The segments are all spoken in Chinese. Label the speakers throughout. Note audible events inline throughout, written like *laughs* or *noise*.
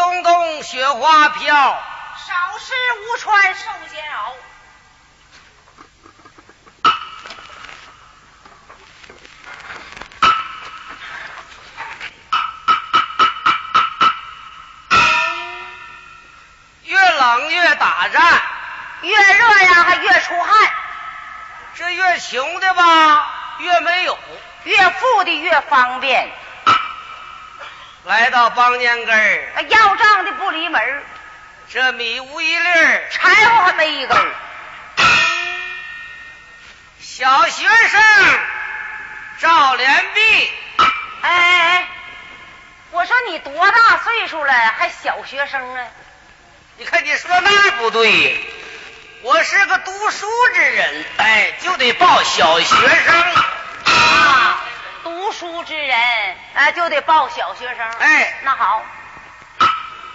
Speaker 1: 公公雪花飘，
Speaker 2: 少时无穿受煎熬。
Speaker 1: 越冷越打战，
Speaker 2: 越热呀还越出汗，
Speaker 1: 这越穷的吧越没有。
Speaker 2: 越富的越方便，
Speaker 1: 来到帮年根儿，
Speaker 2: 啊要账的不离门儿，
Speaker 1: 这米无一粒儿，
Speaker 2: 柴火还没一根儿。
Speaker 1: 小学生赵连璧，
Speaker 2: 哎哎哎，我说你多大岁数了，还小学生啊？
Speaker 1: 你看你说那儿不对，我是个读书之人，哎，就得报小学生。
Speaker 2: 啊，读书之人，哎、就得报小学生。
Speaker 1: 哎
Speaker 2: 那好，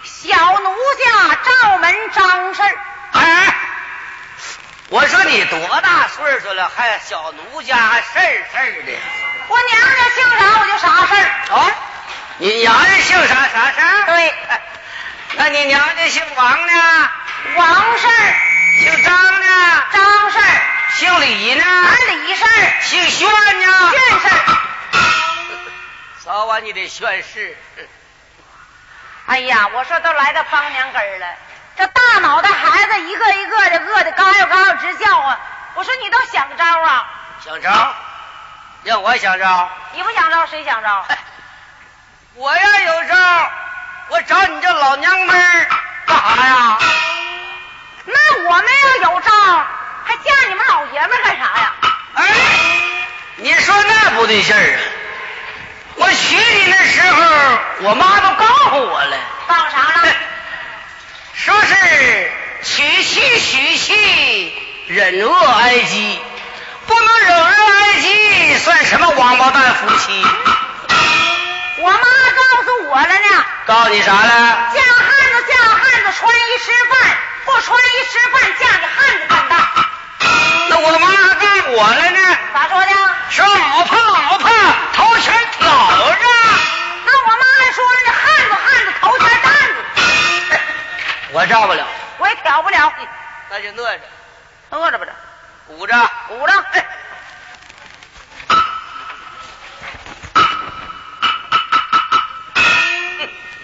Speaker 2: 小奴家赵门张氏儿，
Speaker 1: 哎，我说你多大岁数了，还小奴家还事儿事儿的
Speaker 2: 我娘家姓啥我就啥事儿。
Speaker 1: 啊？你娘家姓啥啥事儿？
Speaker 2: 对
Speaker 1: 哎，那你娘家姓王呢？
Speaker 2: 王氏儿、
Speaker 1: 姓张呢？
Speaker 2: 张哎氏儿、
Speaker 1: 姓李呢？
Speaker 2: 俺李氏儿、
Speaker 1: 姓炫呢？
Speaker 2: 苑氏儿。
Speaker 1: 早晚你得炫世。
Speaker 2: 哎呀，我说都来到帮娘根儿了，这大脑袋孩子一个一个的饿的嘎悠嘎悠直叫啊！我说你倒想招啊，
Speaker 1: 想招？要我想招？
Speaker 2: 你不想招谁想招？
Speaker 1: 哎我要有招，我找你这老娘们儿干啥呀？
Speaker 2: 那我们要有招，还嫁你们老爷们儿干啥呀？
Speaker 1: 哎，你说那不对劲儿啊！我娶你那时候，我妈都告诉我了，
Speaker 2: 报啥了？
Speaker 1: 说是娶妻娶妻，忍饿挨饥，不能忍饿挨饥，算什么王八蛋夫妻？
Speaker 2: 我妈告诉我了呢，
Speaker 1: 告诉你啥了？
Speaker 2: 嫁汉子嫁汉子，穿衣吃饭，不穿衣吃饭，嫁给汉子干蛋。
Speaker 1: 那我妈还告诉我了呢，
Speaker 2: 咋说的？
Speaker 1: 说老婆老婆头前挑着。
Speaker 2: 那我妈还说了，这汉子汉子头前担子，
Speaker 1: 我照不了，
Speaker 2: 我也挑不了，
Speaker 1: 那就饿着，
Speaker 2: 饿着不着。
Speaker 1: 捂着。哎
Speaker 2: 鼓掌！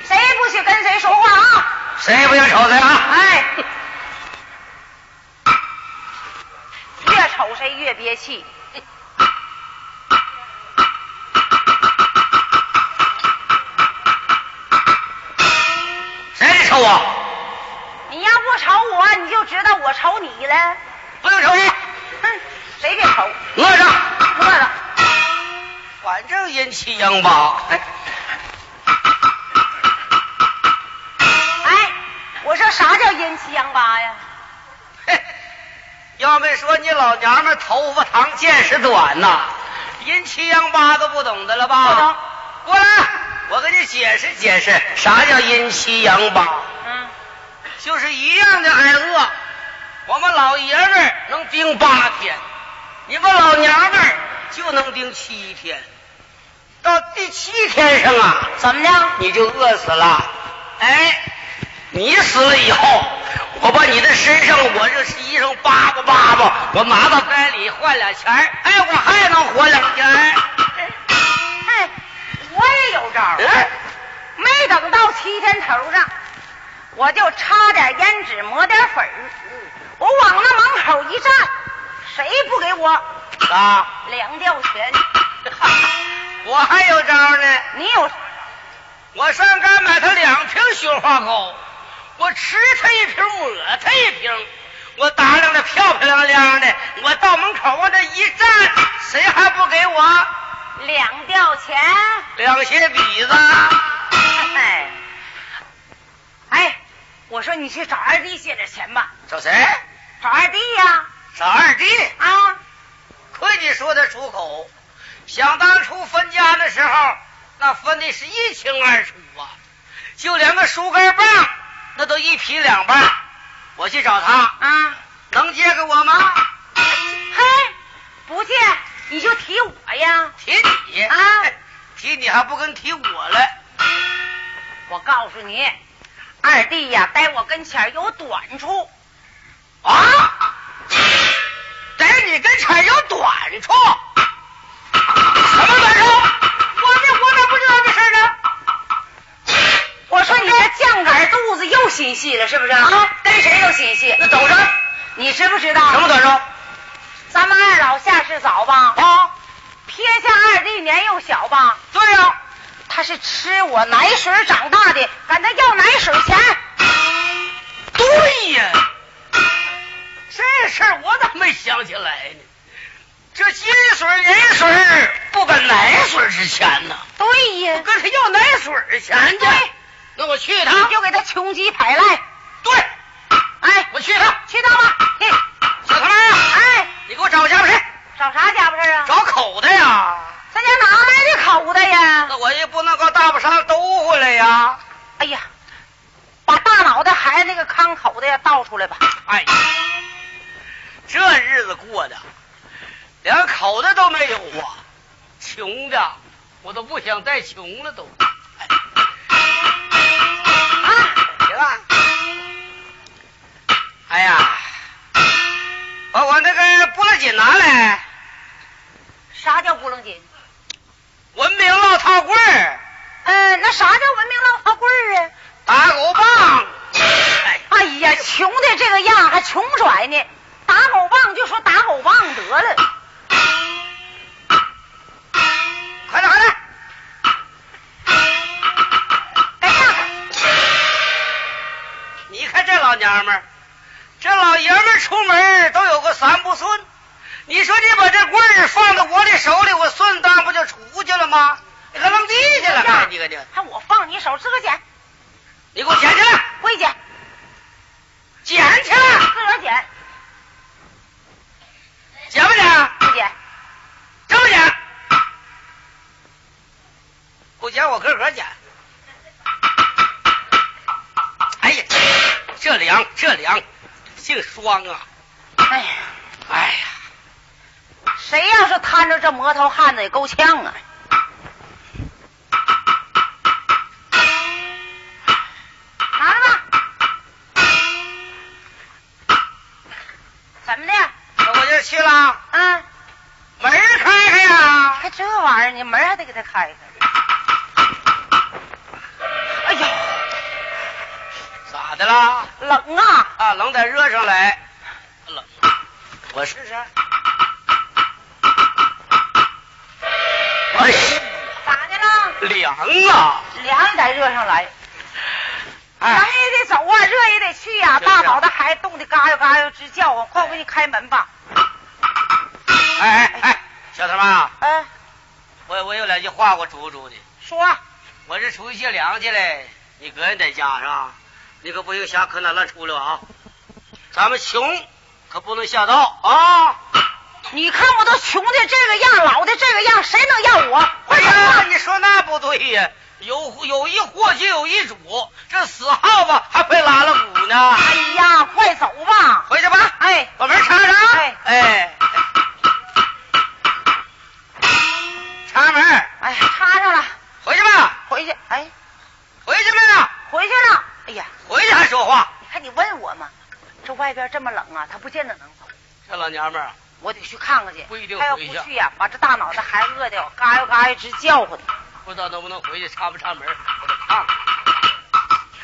Speaker 2: 谁也不许跟谁说话啊！
Speaker 1: 谁也不许瞅谁啊！
Speaker 2: 哎，越瞅谁越憋气。
Speaker 1: 谁得瞅我？
Speaker 2: 你要不瞅我，你就知道我瞅你了。
Speaker 1: 不用瞅你，
Speaker 2: 哼，谁别瞅，
Speaker 1: 饿着。
Speaker 2: 饿了。
Speaker 1: 反正阴七阳八。哎，
Speaker 2: 哎，我说啥叫阴七阳八呀？
Speaker 1: 嘿要没说你老娘们头发长见识短呐，阴七阳八都不懂的了吧？
Speaker 2: 不懂。
Speaker 1: 过来，我给你解释解释，啥叫阴七阳八？
Speaker 2: 嗯，
Speaker 1: 就是一样的挨饿。我们老爷们儿能盯八天，你们老娘们儿就能盯七天。到第七天上啊，
Speaker 2: 怎么的？
Speaker 1: 你就饿死了。哎，你死了以后，我把你的身上我这衣裳扒吧扒吧，我拿到街里换俩钱儿哎，我还能活两天儿。
Speaker 2: 哎，我也有招儿。
Speaker 1: 嗯，
Speaker 2: 没等到七天头上，我就擦点胭脂，抹点粉儿，我往那门口一站，谁不给我
Speaker 1: 啊，
Speaker 2: 两吊拳？
Speaker 1: 我还有招儿呢。
Speaker 2: 你有
Speaker 1: 我上街买他两瓶雪花膏，我吃他一瓶，抹他一瓶，我打量的漂漂亮亮的，我到门口往这一站，谁还不给我
Speaker 2: 两吊钱？
Speaker 1: 两些笔子？
Speaker 2: 哎，哎，我说你去找二弟借点钱吧，
Speaker 1: 找谁？
Speaker 2: 找二弟呀、
Speaker 1: 找二弟？
Speaker 2: 啊，
Speaker 1: 亏你说得出口！想当初分家的时候，那分的是一清二楚啊，就连个树根棒，那都一劈两半。我去找他，
Speaker 2: 啊，
Speaker 1: 能借给我吗？
Speaker 2: 嘿，不借你就提我呀。
Speaker 1: 提你哎
Speaker 2: 啊
Speaker 1: 提你还不跟提我了？
Speaker 2: 我告诉你，二
Speaker 1: 哎
Speaker 2: 弟呀，在我跟前儿有短处，
Speaker 1: 啊，在你跟前儿有短处，什么短处？我这我咋不知道这事儿呢？
Speaker 2: 我说你这酱杆肚子又心细了，是不是？
Speaker 1: 啊，
Speaker 2: 跟谁都心细。
Speaker 1: 那走着，
Speaker 2: 你知不知道？
Speaker 1: 什么短处？
Speaker 2: 咱们二老下世早吧？
Speaker 1: 啊，
Speaker 2: 撇下二弟年幼小吧？
Speaker 1: 对呀、
Speaker 2: 他是吃我奶水长大的，管他要奶水钱。
Speaker 1: 对呀，这事儿我咋没想起来呢？这金水银水不跟奶水值钱呢，
Speaker 2: 对呀
Speaker 1: 我，跟他要奶水钱去
Speaker 2: 对。
Speaker 1: 那我去一趟。
Speaker 2: 又给他穷鸡排来。
Speaker 1: 对，
Speaker 2: 哎，
Speaker 1: 我去一趟。
Speaker 2: 去趟吧。嘿，
Speaker 1: 小他妈呀！
Speaker 2: 哎，
Speaker 1: 啊你给我找家伙事儿，
Speaker 2: 找啥家伙事儿啊？
Speaker 1: 找口袋呀。
Speaker 2: 咱家哪来的口袋呀
Speaker 1: 那？我也不能搁大巴山兜回来呀。
Speaker 2: 哎呀，把大脑袋孩子那个糠口袋呀倒出来吧。
Speaker 1: 哎，这日子过的连口袋都没有啊，穷的我都不想再穷了都。
Speaker 2: 啊，
Speaker 1: 行啊。哎呀，把我那个布勒锦拿来，
Speaker 2: 啥叫不楞筋？
Speaker 1: 文明烙套棍儿，
Speaker 2: 呃，那啥叫文明浪花棍儿啊？
Speaker 1: 打狗棒。哎
Speaker 2: 哎呀，穷的这个样还穷拽呢，打狗棒就说打狗棒得了。
Speaker 1: 快点，快点！
Speaker 2: 哎呀，
Speaker 1: 你看这老娘们儿，这老爷们儿出门都有个三不顺。你说你把这棍儿放到我的手里，我顺当不就出去了吗？你可扔地去了，看你个你，
Speaker 2: 还哎我放你手，自个捡，
Speaker 1: 你给我捡起来，
Speaker 2: 会捡，
Speaker 1: 捡起来，
Speaker 2: 自个儿捡，
Speaker 1: 捡不捡？
Speaker 2: 不捡。
Speaker 1: 这么捡？不捡我个个捡。哎呀，这凉这凉，姓双啊！
Speaker 2: 哎呀，
Speaker 1: 哎呀。
Speaker 2: 谁要是摊着这魔头汉子也够呛啊！拿着吧。怎么的？
Speaker 1: 那我就去了，
Speaker 2: 啊，
Speaker 1: 门儿开开呀！
Speaker 2: 还这玩意儿，你门还得给他开开。哎呀，
Speaker 1: 咋的啦？
Speaker 2: 冷啊！
Speaker 1: 啊，冷得热上来，冷，我试试。哎呀，
Speaker 2: 咋的了？
Speaker 1: 凉啊！
Speaker 2: 凉也得热上来，咱
Speaker 1: 哎，
Speaker 2: 也得走啊，热也得去呀、
Speaker 1: 就是
Speaker 2: 大脑袋还冻得嘎悠嘎悠直叫唤，快我给你开门吧。
Speaker 1: 哎哎哎，小他妈，
Speaker 2: 嗯、
Speaker 1: 我我有两句话我嘱咐嘱你。
Speaker 2: 说，啊
Speaker 1: 我这出去借粮去嘞，你个人在家是吧？你可不用瞎可哪乱出溜啊！咱们穷可不能下道啊！
Speaker 2: 你看我都穷的这个样，老的这个样，谁能要我？
Speaker 1: 哎
Speaker 2: 快点
Speaker 1: 呀，
Speaker 2: 吧！
Speaker 1: 你说那不对呀，有有一祸就有一主，这死耗子还被拉了骨呢。
Speaker 2: 哎呀，快走吧！
Speaker 1: 回去吧，
Speaker 2: 哎，
Speaker 1: 把门插上啊。
Speaker 2: 哎
Speaker 1: 哎，插门，
Speaker 2: 哎，插上了，
Speaker 1: 回去吧，
Speaker 2: 回去。哎，
Speaker 1: 回去没有？
Speaker 2: 回去了。哎呀，
Speaker 1: 回去还说话，
Speaker 2: 你看你问我嘛，这外边这么冷啊，他不见得能走，
Speaker 1: 这老娘们儿啊，
Speaker 2: 我得去看看去。
Speaker 1: 不一定
Speaker 2: 他要不
Speaker 1: 回去
Speaker 2: 去呀、把这大脑袋还饿的嘎悠嘎悠直叫唤。
Speaker 1: 不知道能不能回去插不插门，我得看看。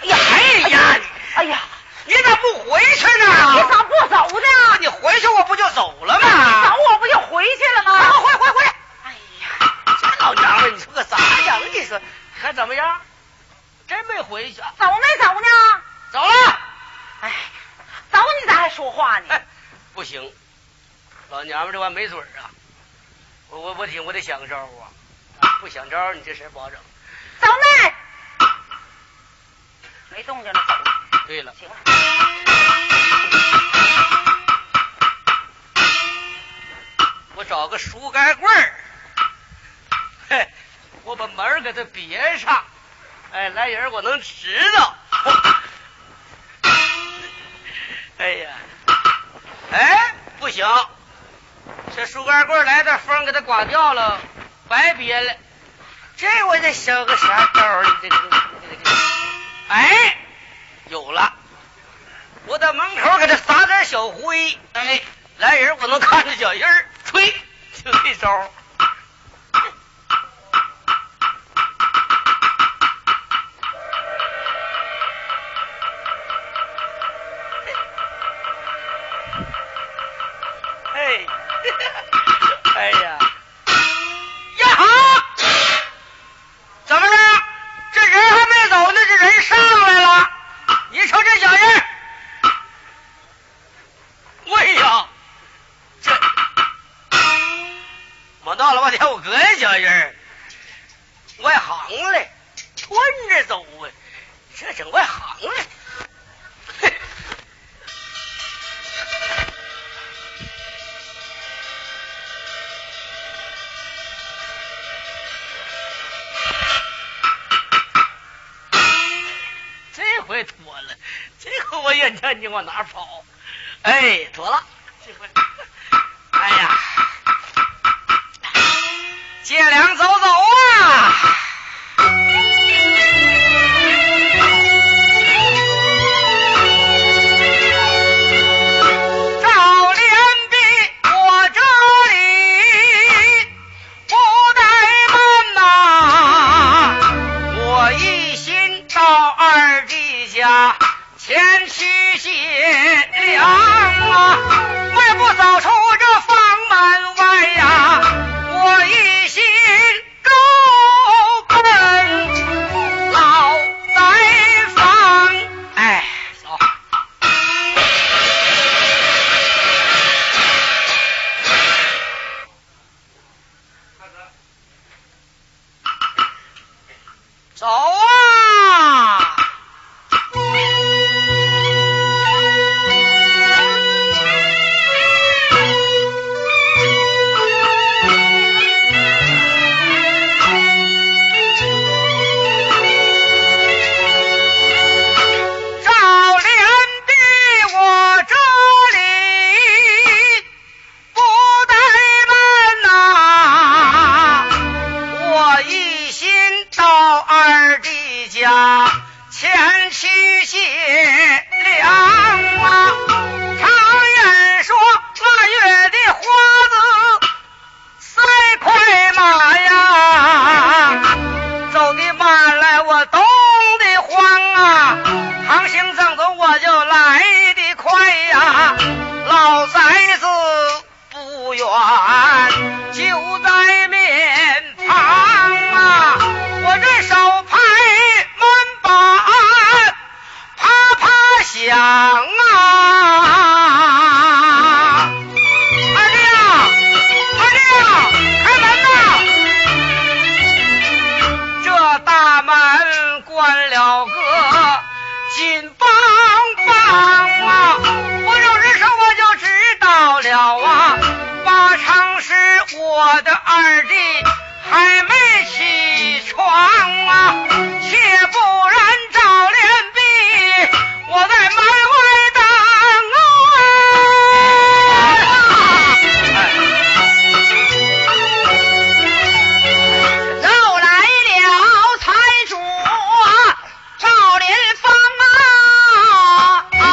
Speaker 2: 哎呀，
Speaker 1: 哎呀
Speaker 2: 哎呀，
Speaker 1: 你咋不回去
Speaker 2: 你
Speaker 1: 呢？
Speaker 2: 咋不走呢？
Speaker 1: 你回去我不就走了
Speaker 2: 走
Speaker 1: 吗？
Speaker 2: 我不就回去了吗？
Speaker 1: 啊回回回
Speaker 2: 哎呀，
Speaker 1: 这老娘们儿，你说个啥样？你说还怎么样？真没回去，啊
Speaker 2: 走没走呢？
Speaker 1: 走了。
Speaker 2: 哎，走你咋还说话呢？
Speaker 1: 哎，不行，老娘们这玩意没准儿啊！我我我得我得想个招儿啊！不想招儿你这事儿不好整。
Speaker 2: 走那儿，没动静了，走了，
Speaker 1: 对了，
Speaker 2: 行了。
Speaker 1: 我找个树干棍儿，嘿，我把门儿给它别上，哎，来人儿我能知道。哎呀，哎，不行，这树干棍儿来点风给它刮掉了，白憋了。这我得想个啥招儿？你这个这个这个，哎，口给他撒点小灰，哎，来人我能看着脚印儿，吹，就这招儿。 *laughs* 哎， *laughs* 哎呀，呀哈！怎么着？这人还没走呢，这人上来了。你瞅这脚印儿，喂呀，这我闹了半天，我搁这脚印儿，外行了，吞着走啊，这整外行了。嘿这回脱了，这回我眼见你往哪儿跑？哎，脱了，这回，哎呀，借粮走走啊！赵连璧，我这里不怠慢呐，我一心到二弟家前去借粮啊，迈步扫出这房门外呀、我一心够奔老宅房，哎，走。走啊！赵连璧，我这里不怠慢呐，我一心到二弟家前去借粮啊。常言说，腊月的花子三块马呀，走的慢来我冻得慌啊，行行正走我就来得快呀、老宅子不远，就在面旁啊，我这手拍门板，啪啪响啊。二弟啊，二弟啊，开门呐！这大门关了个紧邦邦啊！我有人手我就知道了啊，八成是我的二弟还没起床啊，切不然赵连璧，我在门外等啊。
Speaker 3: 又来了财主啊赵连芳啊！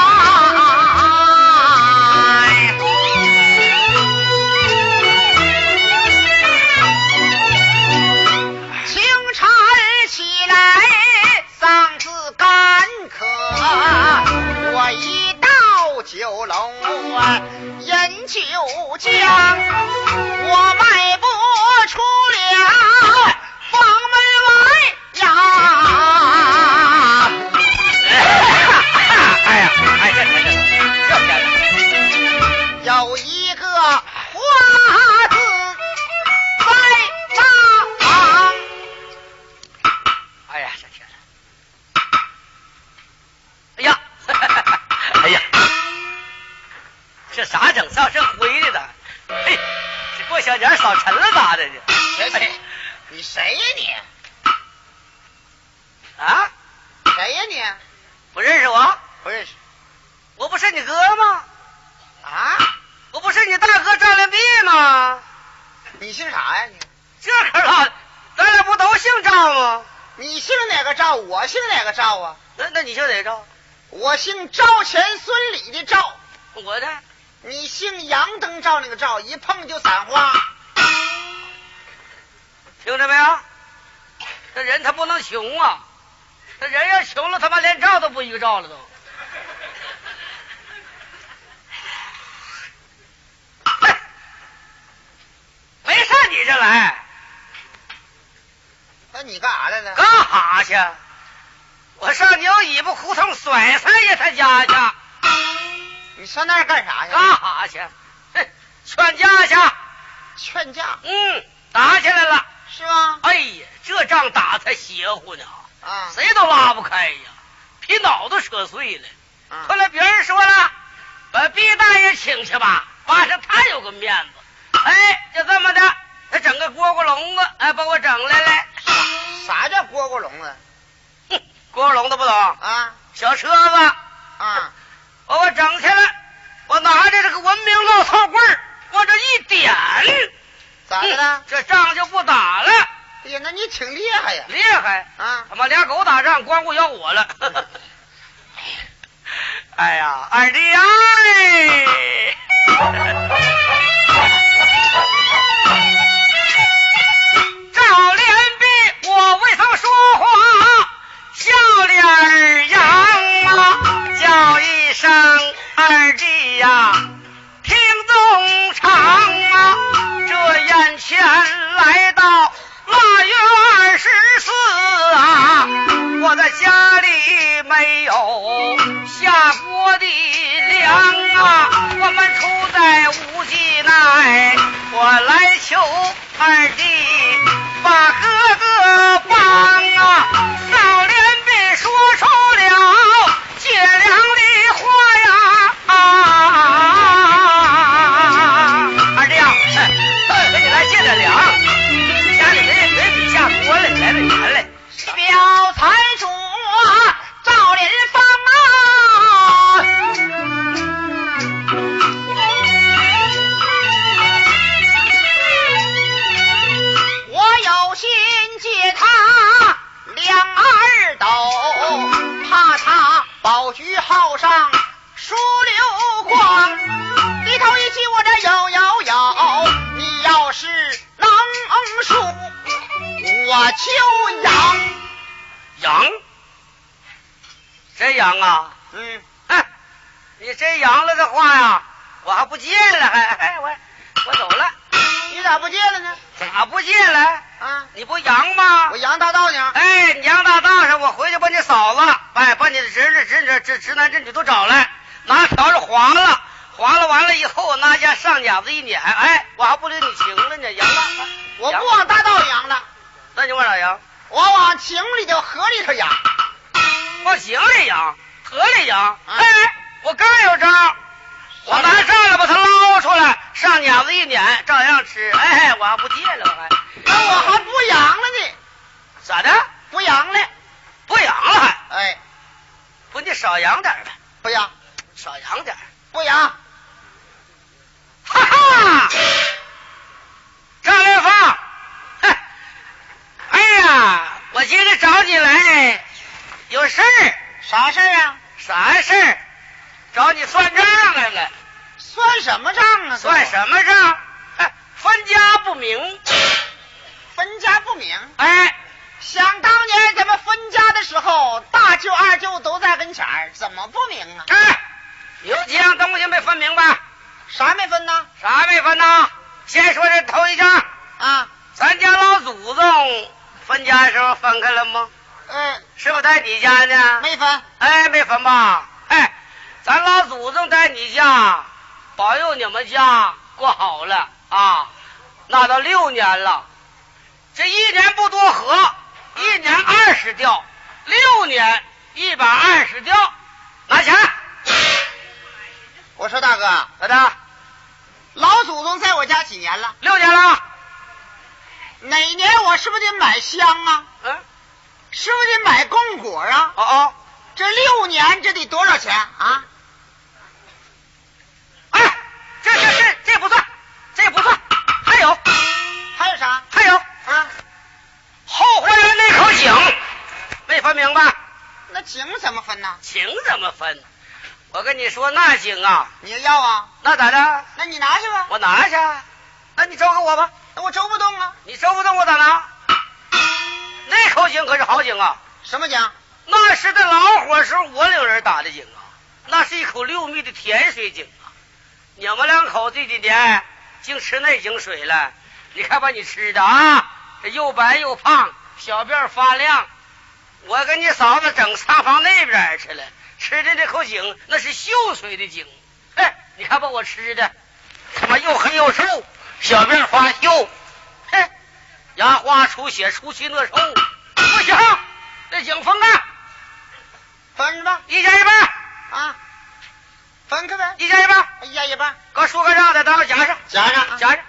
Speaker 3: 哎清晨起来嗓子干渴，我一到酒楼啊，饮酒将，我迈步出
Speaker 1: 啊
Speaker 3: 了房门外呀。
Speaker 1: 哎呀，哎，这这这漂亮！
Speaker 3: 有一个花子在那旁，
Speaker 1: 哎呀，这天哎呀，哎呀，这咋整？这这回来的，嘿，这过小年扫尘了咋的呢？
Speaker 4: 谁谁？你谁呀你？
Speaker 1: 啊，
Speaker 4: 谁呀你？
Speaker 1: 不认识我？
Speaker 4: 不认识
Speaker 1: 我不是你哥吗？
Speaker 4: 啊？
Speaker 1: 我不是你大哥赵连璧吗？
Speaker 4: 你姓啥呀你？
Speaker 1: 这可老，咱俩不都姓赵吗？
Speaker 4: 你姓哪个赵？我姓哪个赵啊？
Speaker 1: 那那你姓哪个赵？
Speaker 4: 我姓赵钱孙李的赵，
Speaker 1: 我的
Speaker 4: 你姓杨灯照那个照，一碰就散花。
Speaker 1: 听着没有？这人他不能穷啊，这人要穷了，他妈连照都不一个照了都。 *coughs* 没上你这来
Speaker 4: 那你干啥来了？
Speaker 1: 干哈去？我上鸟尾巴胡同甩三爷他家去，
Speaker 4: 你上那儿干啥去？
Speaker 1: 干哈去？哼劝架去。
Speaker 4: 劝架
Speaker 1: 嗯，打起来了。
Speaker 4: 是吗？
Speaker 1: 哎呀，这仗打才邪乎呢，
Speaker 4: 啊，
Speaker 1: 谁都拉不开呀，皮脑子扯碎了。
Speaker 4: 啊
Speaker 1: 后来别人说了，把毕大爷请去吧，晚上他有个面子。哎，就这么的，他整个蝈蝈笼子，哎，把我整来了。
Speaker 4: 啥叫蝈蝈笼子？
Speaker 1: 哼蝈蝈笼子不懂，
Speaker 4: 啊
Speaker 1: 小车子
Speaker 4: 啊，
Speaker 1: 把我整去了。我拿着这个文明烙套棍儿往这一点，
Speaker 4: 咋的了
Speaker 1: 哼？这仗就不打了。
Speaker 4: 哎呀，那你挺厉害呀！
Speaker 1: 厉害
Speaker 4: 啊
Speaker 1: 他妈俩狗打仗，光顾要我了。哎呀，二弟哎！赵连璧，我未曾说话，笑脸儿扬啊，叫一声二弟呀、听众长啊，这眼前来到腊月二十四啊，我在家里没有下锅的粮啊，我们处在无计奈，我来求二弟把哥哥帮啊，赵连璧说出了借粮的话呀。啊！二弟啊，哎，给你来借点粮，家里没没米下锅了，来了钱了。
Speaker 3: 表财主啊，赵林芳啊，我有心借他两二斗，怕他
Speaker 4: 保局号上
Speaker 3: 输流光。你头一句我这有有有，你要是能输，我就养。
Speaker 1: 羊？真羊啊？
Speaker 4: 嗯，
Speaker 1: 哼，你真羊了的话呀，我还不借了，还、哎、我我走了，
Speaker 4: 你咋不借了呢？
Speaker 1: 咋不借了？
Speaker 4: 啊，
Speaker 1: 你不羊吗
Speaker 4: 我？杨大道呢？
Speaker 1: 哎，你杨大道上，我回去把你嫂子，哎，把你的侄子、侄女、侄侄男、侄女都找来，拿笤帚划了，划了完了以后，我拿家上夹子一撵，哎，我还不领你情了呢，杨大，
Speaker 4: 我
Speaker 1: 杨
Speaker 4: 不往大道里扬了，
Speaker 1: 那你往哪扬？
Speaker 4: 我往井里头、河里头扬。
Speaker 1: 往井里扬，河里扬。
Speaker 4: 嗯
Speaker 1: 哎，我刚有招儿，我拿上来把它捞出来，上夹子一撵，照样吃。哎，我还不借了，我还
Speaker 4: 那我还不扬了呢，
Speaker 1: 咋的？
Speaker 4: 不扬了。
Speaker 1: 不扬了还？
Speaker 4: 哎，
Speaker 1: 不，你少扬点儿呗，
Speaker 4: 不扬，
Speaker 1: 少扬点儿。
Speaker 4: 不扬，
Speaker 1: 哈哈，张连芳，哼哎呀，我今天找你来有事儿，
Speaker 4: 啥事儿啊？
Speaker 1: 啥事儿？找你算账来了，
Speaker 4: 算什么账啊？
Speaker 1: 算什么账？哎分家不明。
Speaker 4: 分家不明。
Speaker 1: 哎，
Speaker 4: 想当年咱们分家的时候，大舅二舅都在跟前儿，怎么不明啊？
Speaker 1: 哎，有几样东西没分明白，
Speaker 4: 啥没分呢？
Speaker 1: 啥没分呢？先说这头一项，
Speaker 4: 啊，
Speaker 1: 咱家老祖宗分家的时候分开了吗？
Speaker 4: 嗯、
Speaker 1: 是不是在你家呢？
Speaker 4: 没分。
Speaker 1: 哎，没分吧？哎，咱老祖宗在你家保佑你们家过好了啊，那都六年了，这一年不多合，一年二十吊，六年一百二十吊，拿钱，
Speaker 4: 我说大哥，
Speaker 1: 咋的？
Speaker 4: 老祖宗在我家几年了？
Speaker 1: 六年了，
Speaker 4: 哪年我是不是得买香啊？
Speaker 1: 嗯，
Speaker 4: 是不是得买供果啊？
Speaker 1: 哦哦，
Speaker 4: 这六年这得多少钱啊？
Speaker 1: 哎，这这这这不算，这不算，还有
Speaker 4: 还有啥
Speaker 1: 还有，
Speaker 4: 啊？
Speaker 1: 后花园那口井没分明白。
Speaker 4: 那那井怎么分呢？
Speaker 1: 井怎么分？我跟你说，那井啊，
Speaker 4: 你要啊？
Speaker 1: 那咋着？
Speaker 4: 那你拿去吧，
Speaker 1: 我拿去啊。那你找给我吧，
Speaker 4: 那我周不动啊。
Speaker 1: 你收不动我咋拿？那口井可是好井啊，
Speaker 4: 什么井？
Speaker 1: 那是在老火时候我领人打的井啊，那是一口六米的甜水井啊。你们两口这几年净吃那井水了，你看把你吃的啊，这又白又胖，小辫儿发亮。我跟你嫂子整仓房那边去了，吃的那口井那是秀水的井。哎，你看把我吃的，他妈又黑又瘦，小辫儿发秀，嘿，牙花出血，出气恶臭，不行，这井分开，
Speaker 4: 分是吧？
Speaker 1: 一家一半，
Speaker 4: 啊，分开呗，哎
Speaker 1: 一家一半，
Speaker 4: 一家一半，
Speaker 1: 搁书杆上的待会夹上，
Speaker 4: 夹上啊
Speaker 1: 夹上。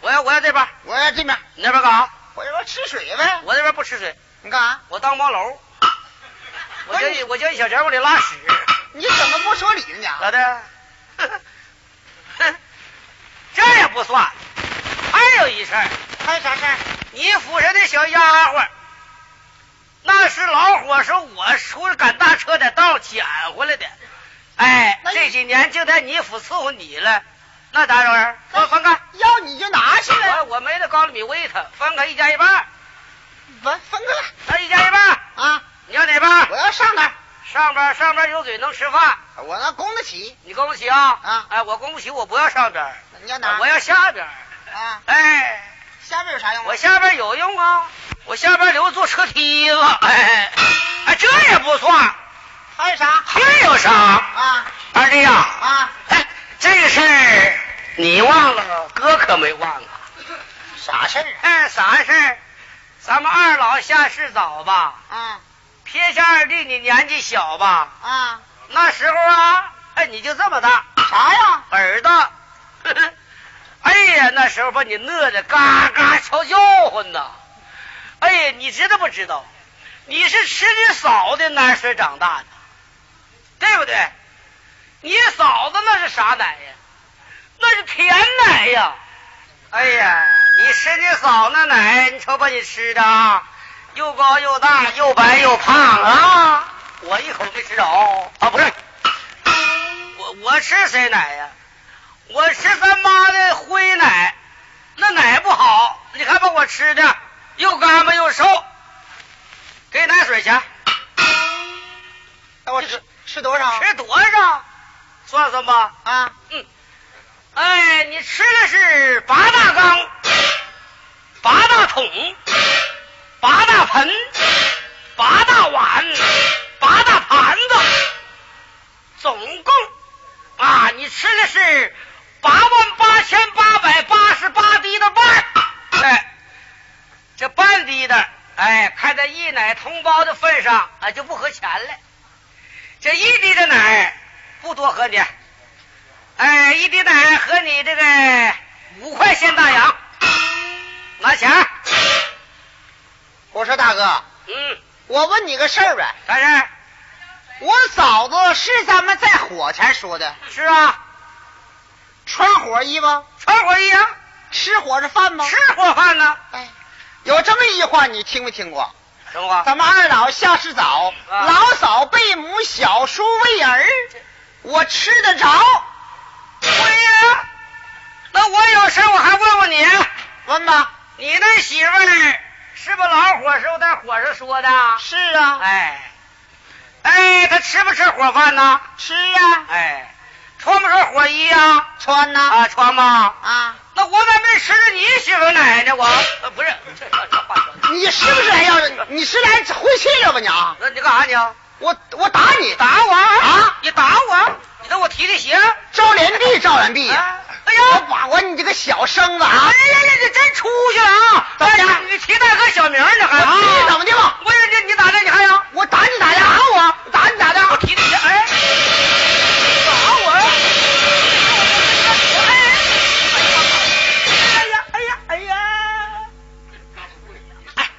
Speaker 1: 我要我要这边，
Speaker 4: 我要这边，
Speaker 1: 你那边干啥？
Speaker 4: 我要吃水呗。
Speaker 1: 我这边不吃水，
Speaker 4: 你干啥？哎
Speaker 1: 我当毛楼，我叫你我叫你小钱往里拉屎。
Speaker 4: 你怎么不说理呢？
Speaker 1: 咋的？ *laughs* 这也不算，还有一事儿，
Speaker 4: 还有哎啥事儿？
Speaker 1: 你府上那小丫鬟，那是老火时候我出去赶大车在道捡回来的。哎，
Speaker 4: 那你
Speaker 1: 这几年就在你府伺候你了，那咋整？分分开，
Speaker 4: 哎要你就拿去呗，
Speaker 1: 啊我我没那高粱米喂他，分开一家一半，
Speaker 4: 分分开了
Speaker 1: 那一家一半，
Speaker 4: 啊！
Speaker 1: 你要哪半
Speaker 4: 我？要上那儿，
Speaker 1: 上边上边有嘴能吃饭，
Speaker 4: 我能供得起。
Speaker 1: 你供不起啊？
Speaker 4: 啊
Speaker 1: 哎，我供不起，我不要上边，
Speaker 4: 你要哪儿？
Speaker 1: 我要下边。
Speaker 4: 啊，
Speaker 1: 哎。
Speaker 4: 下边有啥用啊？
Speaker 1: 我下边有用啊，我下边留坐车梯子。哎，哎，这也不算，
Speaker 4: 还有啥？
Speaker 1: 这有啥？
Speaker 4: 啊
Speaker 1: 二弟呀、
Speaker 4: 啊！
Speaker 1: 哎，这个事儿你忘了，哥可没忘啊。
Speaker 4: 啥事儿啊？
Speaker 1: 哎，啥事儿？咱们二老下世早吧，
Speaker 4: 啊
Speaker 1: 撇下二弟你年纪小吧，
Speaker 4: 啊！
Speaker 1: 那时候啊，哎，你就这么大，
Speaker 4: 啥呀？
Speaker 1: 耳朵， *laughs* 呵呵哎呀，那时候把你乐的嘎嘎瞧叫唤呐！哎呀，你知道不知道？你是吃你嫂的奶水长大的，对不对？你嫂子那是啥奶呀？那是甜奶呀！哎呀，你吃你嫂那奶，你瞅把你吃的啊，又高又大，又白又胖啊！我一口没吃着啊，不是，我我吃谁奶呀？我吃咱妈的灰奶，那奶不好，你看把我吃的又干巴又瘦，给奶水钱，
Speaker 4: 那我吃吃多少？
Speaker 1: 吃多少？算算吧，
Speaker 4: 啊，
Speaker 1: 嗯，哎，你吃的是八大缸、八大桶、八大盆、八大碗、八大盘子，总共啊，你吃的是八万八千八百八十八滴的半，哎，这半滴的，哎，看在一奶同胞的份上啊，就不合钱了。这一滴的奶不多合你。哎，一滴奶和你这个五块钱大洋，拿钱。
Speaker 4: 我说大哥，
Speaker 1: 嗯，
Speaker 4: 我问你个事儿呗。
Speaker 1: 啥事儿？
Speaker 4: 我嫂子是咱们在火前说的，
Speaker 1: 是啊，
Speaker 4: 穿火衣吗？
Speaker 1: 穿火衣啊，
Speaker 4: 吃火是饭吗？
Speaker 1: 吃。火饭呢。
Speaker 4: 哎，有这么一句话，你听没听过？
Speaker 1: 什么话？
Speaker 4: 咱们二老下世早，
Speaker 1: 啊
Speaker 4: 老嫂被母，小叔喂儿，我吃得着。
Speaker 1: 对呀、那我有事我还问问你，
Speaker 4: 问吧。
Speaker 1: 你那媳妇儿是不是老火时候在火上说的？
Speaker 4: 是啊，
Speaker 1: 哎，哎，她吃不吃火饭呢？
Speaker 4: 吃啊，
Speaker 1: 哎，穿不穿火衣呀、啊？
Speaker 4: 穿呐
Speaker 1: 啊，穿吧。
Speaker 4: 啊
Speaker 1: 那我咋没吃着你媳妇奶呢？我、呃、不是，这这这话说的
Speaker 4: 你是不是还要？你是来回气了吧你啊？
Speaker 1: 那你干啥你啊？
Speaker 4: 我我打你，
Speaker 1: 打我
Speaker 4: 啊
Speaker 1: 你打我？你让我提的鞋？
Speaker 4: 招连臂，招连臂。
Speaker 1: 啊哎
Speaker 4: 我
Speaker 1: 呀！
Speaker 4: 把我你这个小生子
Speaker 1: 哎
Speaker 4: 啊！
Speaker 1: 呀呀！你真出息了啊！
Speaker 4: 怎么的
Speaker 1: 哎你提大哥小名儿呢还啊？
Speaker 4: 你怎么的吧？
Speaker 1: 我说你你咋的？你还呀？
Speaker 4: 我打你咋的？打我？打你咋的？
Speaker 1: 我提的鞋哎！打我！哎呀哎呀哎呀哎呀！哎，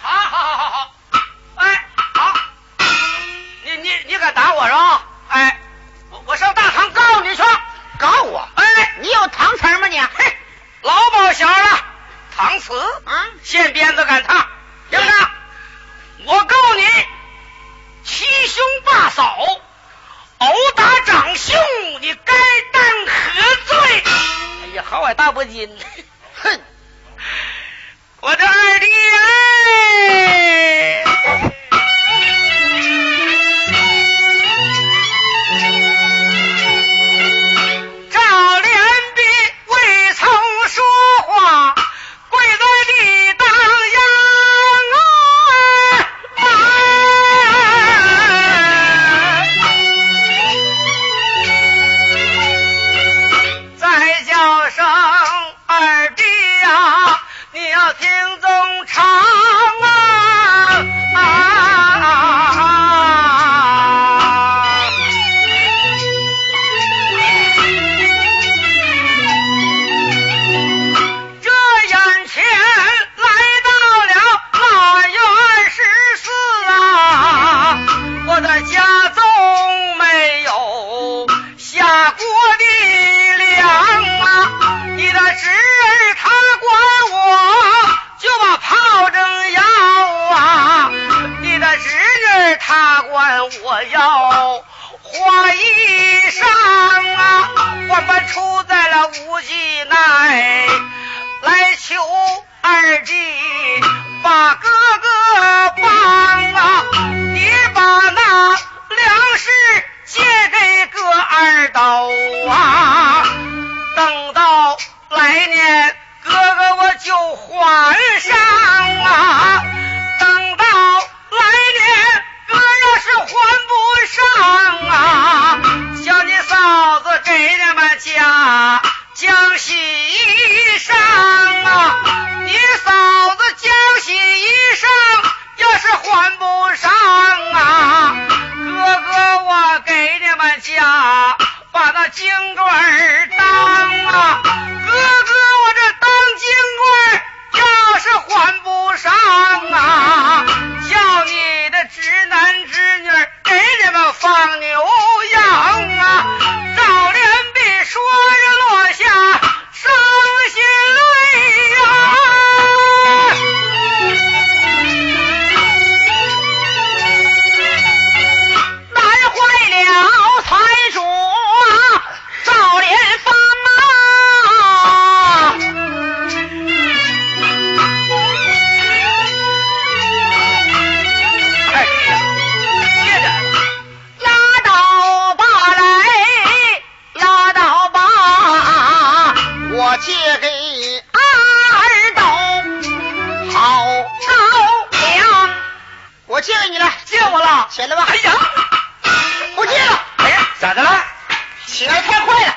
Speaker 1: 好好好好好，哎好，你你你敢打我是吧？哎，我我上大堂告你去。
Speaker 4: 告我？
Speaker 1: 哎，
Speaker 4: 你有糖词吗你？
Speaker 1: 嘿，老保弦了，搪瓷
Speaker 4: 啊
Speaker 1: 现编子赶趟，行不行？我告你，不进。哼，我这二弟哎，赵连璧未曾说话，跪在地当央
Speaker 3: 哎
Speaker 1: 啊！再叫声二弟啊，你要听宗长啊！啊这眼前来到了腊月二十四啊，我在家中没有下锅的粮啊，你的侄儿他管我就把炮仗要啊，你的侄儿他管我要。花衣裳啊，我们出在了无计奈，来求二弟把哥哥帮啊，你把那粮食借给哥二斗啊，等到来年哥哥我就还上啊，等到来年哥要是还不上啊，叫你嫂子给你们家浆洗衣裳啊！你嫂子浆洗衣裳，要是还不上啊，哥哥我给你们家把那金棍儿当啊！哥哥我这当金棍儿，要是还不上啊，叫你的侄男侄女儿给你们放牛羊啊！赵连璧说着落下伤心泪呀、
Speaker 3: 难坏了财主啊，赵连芳啊！
Speaker 1: 哎，接着。
Speaker 3: 拉倒吧，来，拉倒吧，我借给二斗好高粱。我借给你了，
Speaker 1: 借我了
Speaker 3: 起来吧。
Speaker 1: 哎呀，
Speaker 3: 不借了，
Speaker 1: 哎呀，咋的了？
Speaker 3: 起来太快了。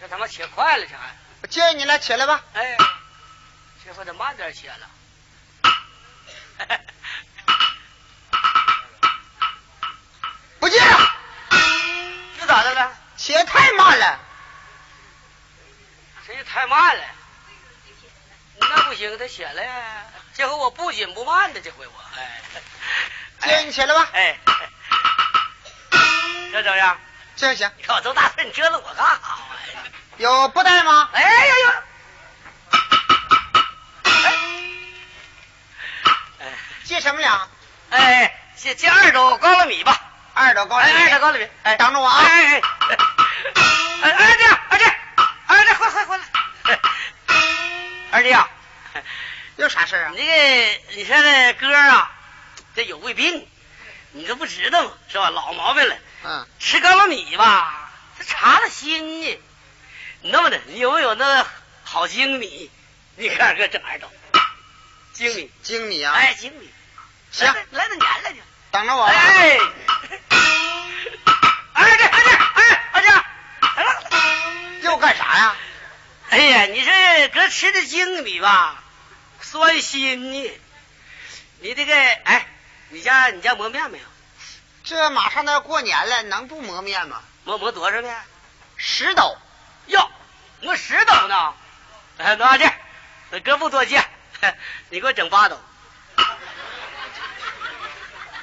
Speaker 1: 这他妈写快了，这还。
Speaker 3: 我借给你了，起来吧。
Speaker 1: 哎，这回得慢点写了。
Speaker 3: 不借了，
Speaker 1: *laughs* 这咋的了？
Speaker 3: 写得太慢了。
Speaker 1: 这也太慢了。那不行，他写了呀。这回我不紧不慢的，这回我哎。
Speaker 3: 借给你起来吧，
Speaker 1: 哎，哎这怎么样？
Speaker 3: 这样行。
Speaker 1: 你看我这么大岁数，你折腾我干啥呀？
Speaker 3: 有布袋吗？
Speaker 1: 哎呀呀！哎
Speaker 3: 借什么粮？
Speaker 1: 哎，借借二斗高粱米吧。
Speaker 3: 二斗高粱。
Speaker 1: 哎，二斗高粱米。哎，
Speaker 3: 等着我啊！
Speaker 1: 哎哎哎哎，二弟，二弟，二弟，快快快来！二弟啊，
Speaker 3: 有啥事儿啊
Speaker 1: 你？这个你看这哥啊，这有胃病，你这不知道吗？是吧？老毛病了，
Speaker 3: 嗯，
Speaker 1: 吃高粱米吧，他查了心呢。你那么的，你有没有那好精米？你看哥整二斗，精米，
Speaker 3: 经理啊，
Speaker 1: 哎，精米，
Speaker 3: 行，
Speaker 1: 来得年了就。
Speaker 3: 等着我啊。
Speaker 1: 哎，二弟，二弟，哎，二弟，来了。
Speaker 3: 又干啥呀？
Speaker 1: 哎呀，你这搁吃的精米吧，酸心呢。你这个哎，你家你家磨面没有？
Speaker 3: 这马上都要过年了，能不磨面吗？
Speaker 1: 磨磨多少面？
Speaker 3: 十斗，
Speaker 1: 哟，磨十斗呢。哎，那二弟，那哥不多借，你给我整八斗，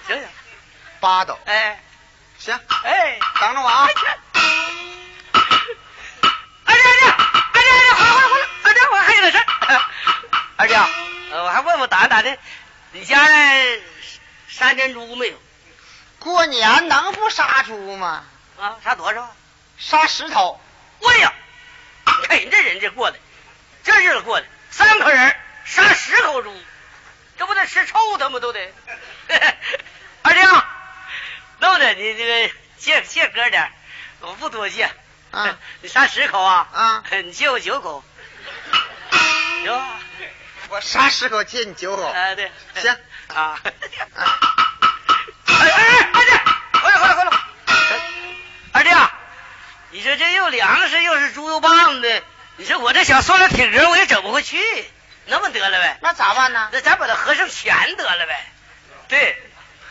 Speaker 1: 行行。
Speaker 3: 八斗，
Speaker 1: 哎
Speaker 3: 行，
Speaker 1: 哎，
Speaker 3: 等着我啊
Speaker 1: 哎。这二弟，二弟，二弟，回来回来回来，二弟，我还有点事儿。二弟啊，呃我还问问打听打听，你家那杀珍珠没有？
Speaker 3: 过年能不杀猪吗？
Speaker 1: 啊，杀多少？
Speaker 4: 杀石头，
Speaker 1: 我呀，看人这人这过的，这日子过的，三口人杀十口猪，这不得吃臭他吗？都得。 *laughs* 二亮，弄的你这个借借哥点儿，我不多借。
Speaker 4: 啊
Speaker 1: *laughs* 你杀十口啊？
Speaker 4: 啊
Speaker 1: 你借我九
Speaker 4: *laughs*
Speaker 1: 口。行吧。
Speaker 4: 我杀十口借你九口。
Speaker 1: 哎，对，
Speaker 4: 行
Speaker 1: 啊。哎哎，二弟，回来回来回来！二弟啊，你说这又粮食又是猪肉棒的，你说我这小塑料艇人我也整不回去，那么得了呗？
Speaker 4: 那咋办呢？
Speaker 1: 那咱把它合上钱得了呗？对，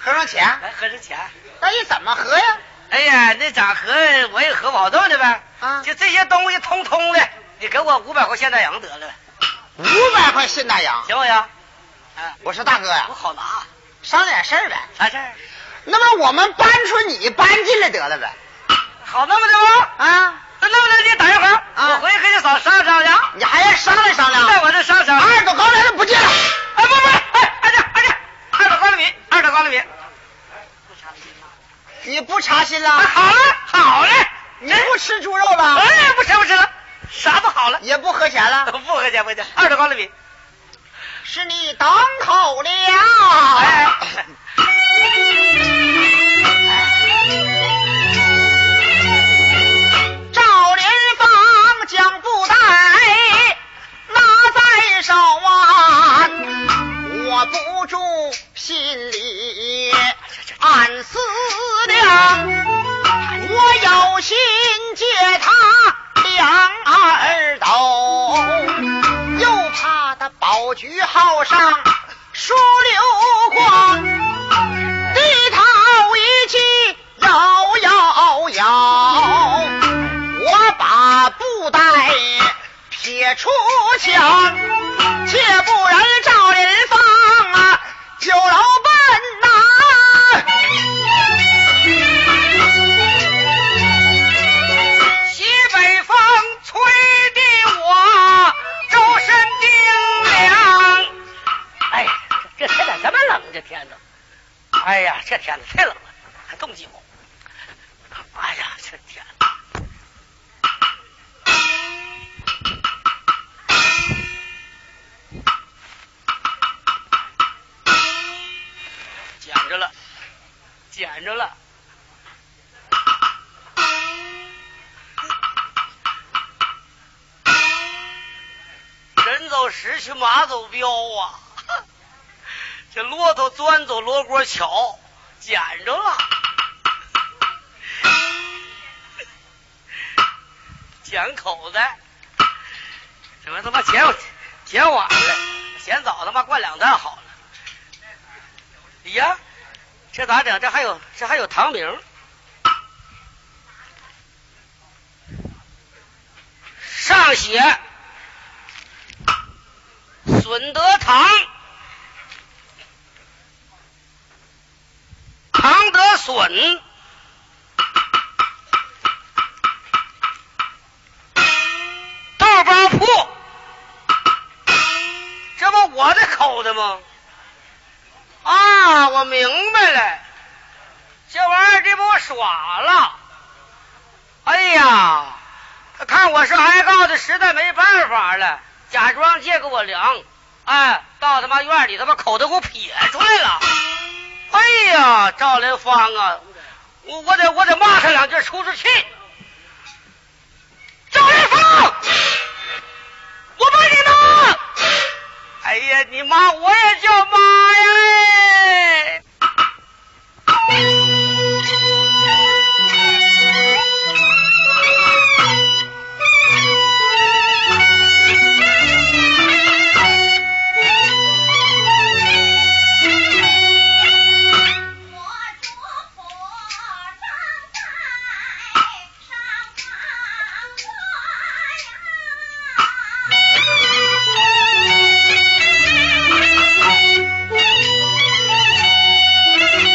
Speaker 4: 合上钱，
Speaker 1: 来合上钱。
Speaker 4: 那你怎么合呀？
Speaker 1: 哎呀，那咋合我也合不好弄的呗？
Speaker 4: 啊
Speaker 1: 就这些东西通通的，你给我五百块现大洋得了呗，
Speaker 4: 五百块现大洋，
Speaker 1: 行不行？啊，
Speaker 4: 我说大哥呀
Speaker 1: 我好拿，
Speaker 4: 商量点事儿呗。
Speaker 1: 啥事儿？
Speaker 4: 那么我们搬出你搬进来得了呗？
Speaker 1: 好那么的吗？
Speaker 4: 啊，
Speaker 1: 那那么的，你等一会儿，
Speaker 4: 啊
Speaker 1: 我回去跟你嫂商量商量。
Speaker 4: 你还要商量商量？
Speaker 1: 在我这商量。
Speaker 4: 二斗高粱的不借了。
Speaker 1: 哎，不不，哎，二姐，二姐，二斗高粱米，二斗高
Speaker 4: 啊
Speaker 1: 粱米。
Speaker 4: 你不查心了
Speaker 1: 啊，？好了，好了，
Speaker 4: 你不吃猪肉了？
Speaker 1: 哎，不吃不吃了，啥都好了，
Speaker 4: 也不合钱了？
Speaker 1: *laughs* 不喝钱不喝钱，二斗高粱米。
Speaker 4: 是你等口了。啊
Speaker 1: 哎，
Speaker 4: 赵连芳将布袋拿在手啊，握不住心里暗思量，我有心借他两耳斗，又怕他保局号上疏流光，低头一记摇摇摇。我把布袋撇出墙，切不然赵林芳啊，酒楼奔呐、
Speaker 1: 西北风吹的我周身冰凉。哎呀，这天咋这么冷？这天呢？哎呀，这天呢太冷了，还冻脚。哎呀，这天。捡着了，捡着了。人走石去马走镖啊！这骆驼钻走罗锅桥，捡着了，捡口袋，怎么他妈捡捡晚了？嫌早他妈灌两袋好了。哎呀，这咋整？这还有这还有唐明，上学。损德堂，唐德损，豆包铺，这不我的口袋吗？啊，我明白了，这玩意儿这不我耍了。哎呀，他看我是挨告的，实在没办法了，假装借给我粮，哎，到他妈院里他妈口袋给我撇出来了。哎呀，赵连芳啊，我我得我得骂他两句出出气。赵连芳，我把你骂！哎呀，你妈我也叫妈呀！哎
Speaker 5: 我呀。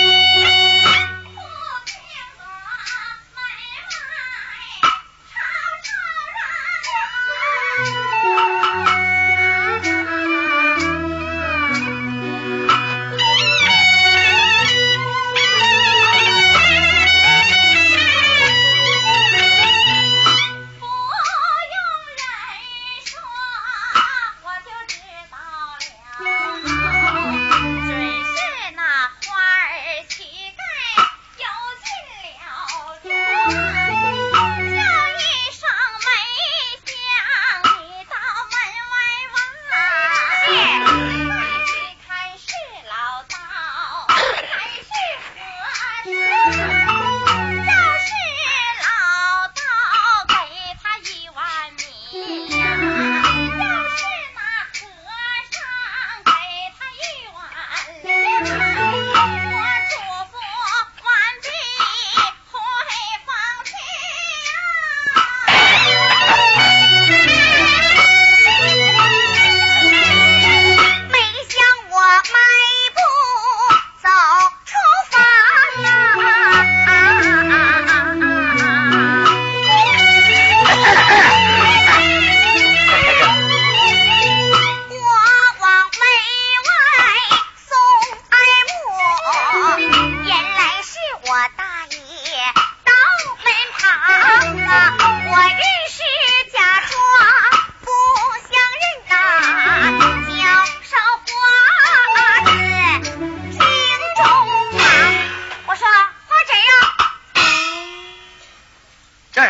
Speaker 3: 啊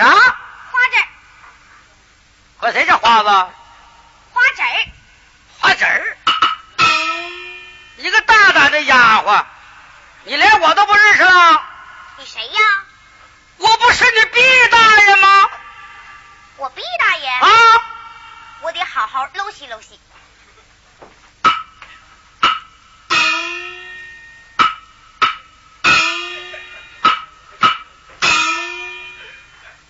Speaker 1: 话，你连我都不认识啊了？
Speaker 5: 你谁呀？
Speaker 1: 我不是你毕大爷吗？
Speaker 5: 我毕大爷，
Speaker 1: 啊！
Speaker 5: 我得好好搂西搂西。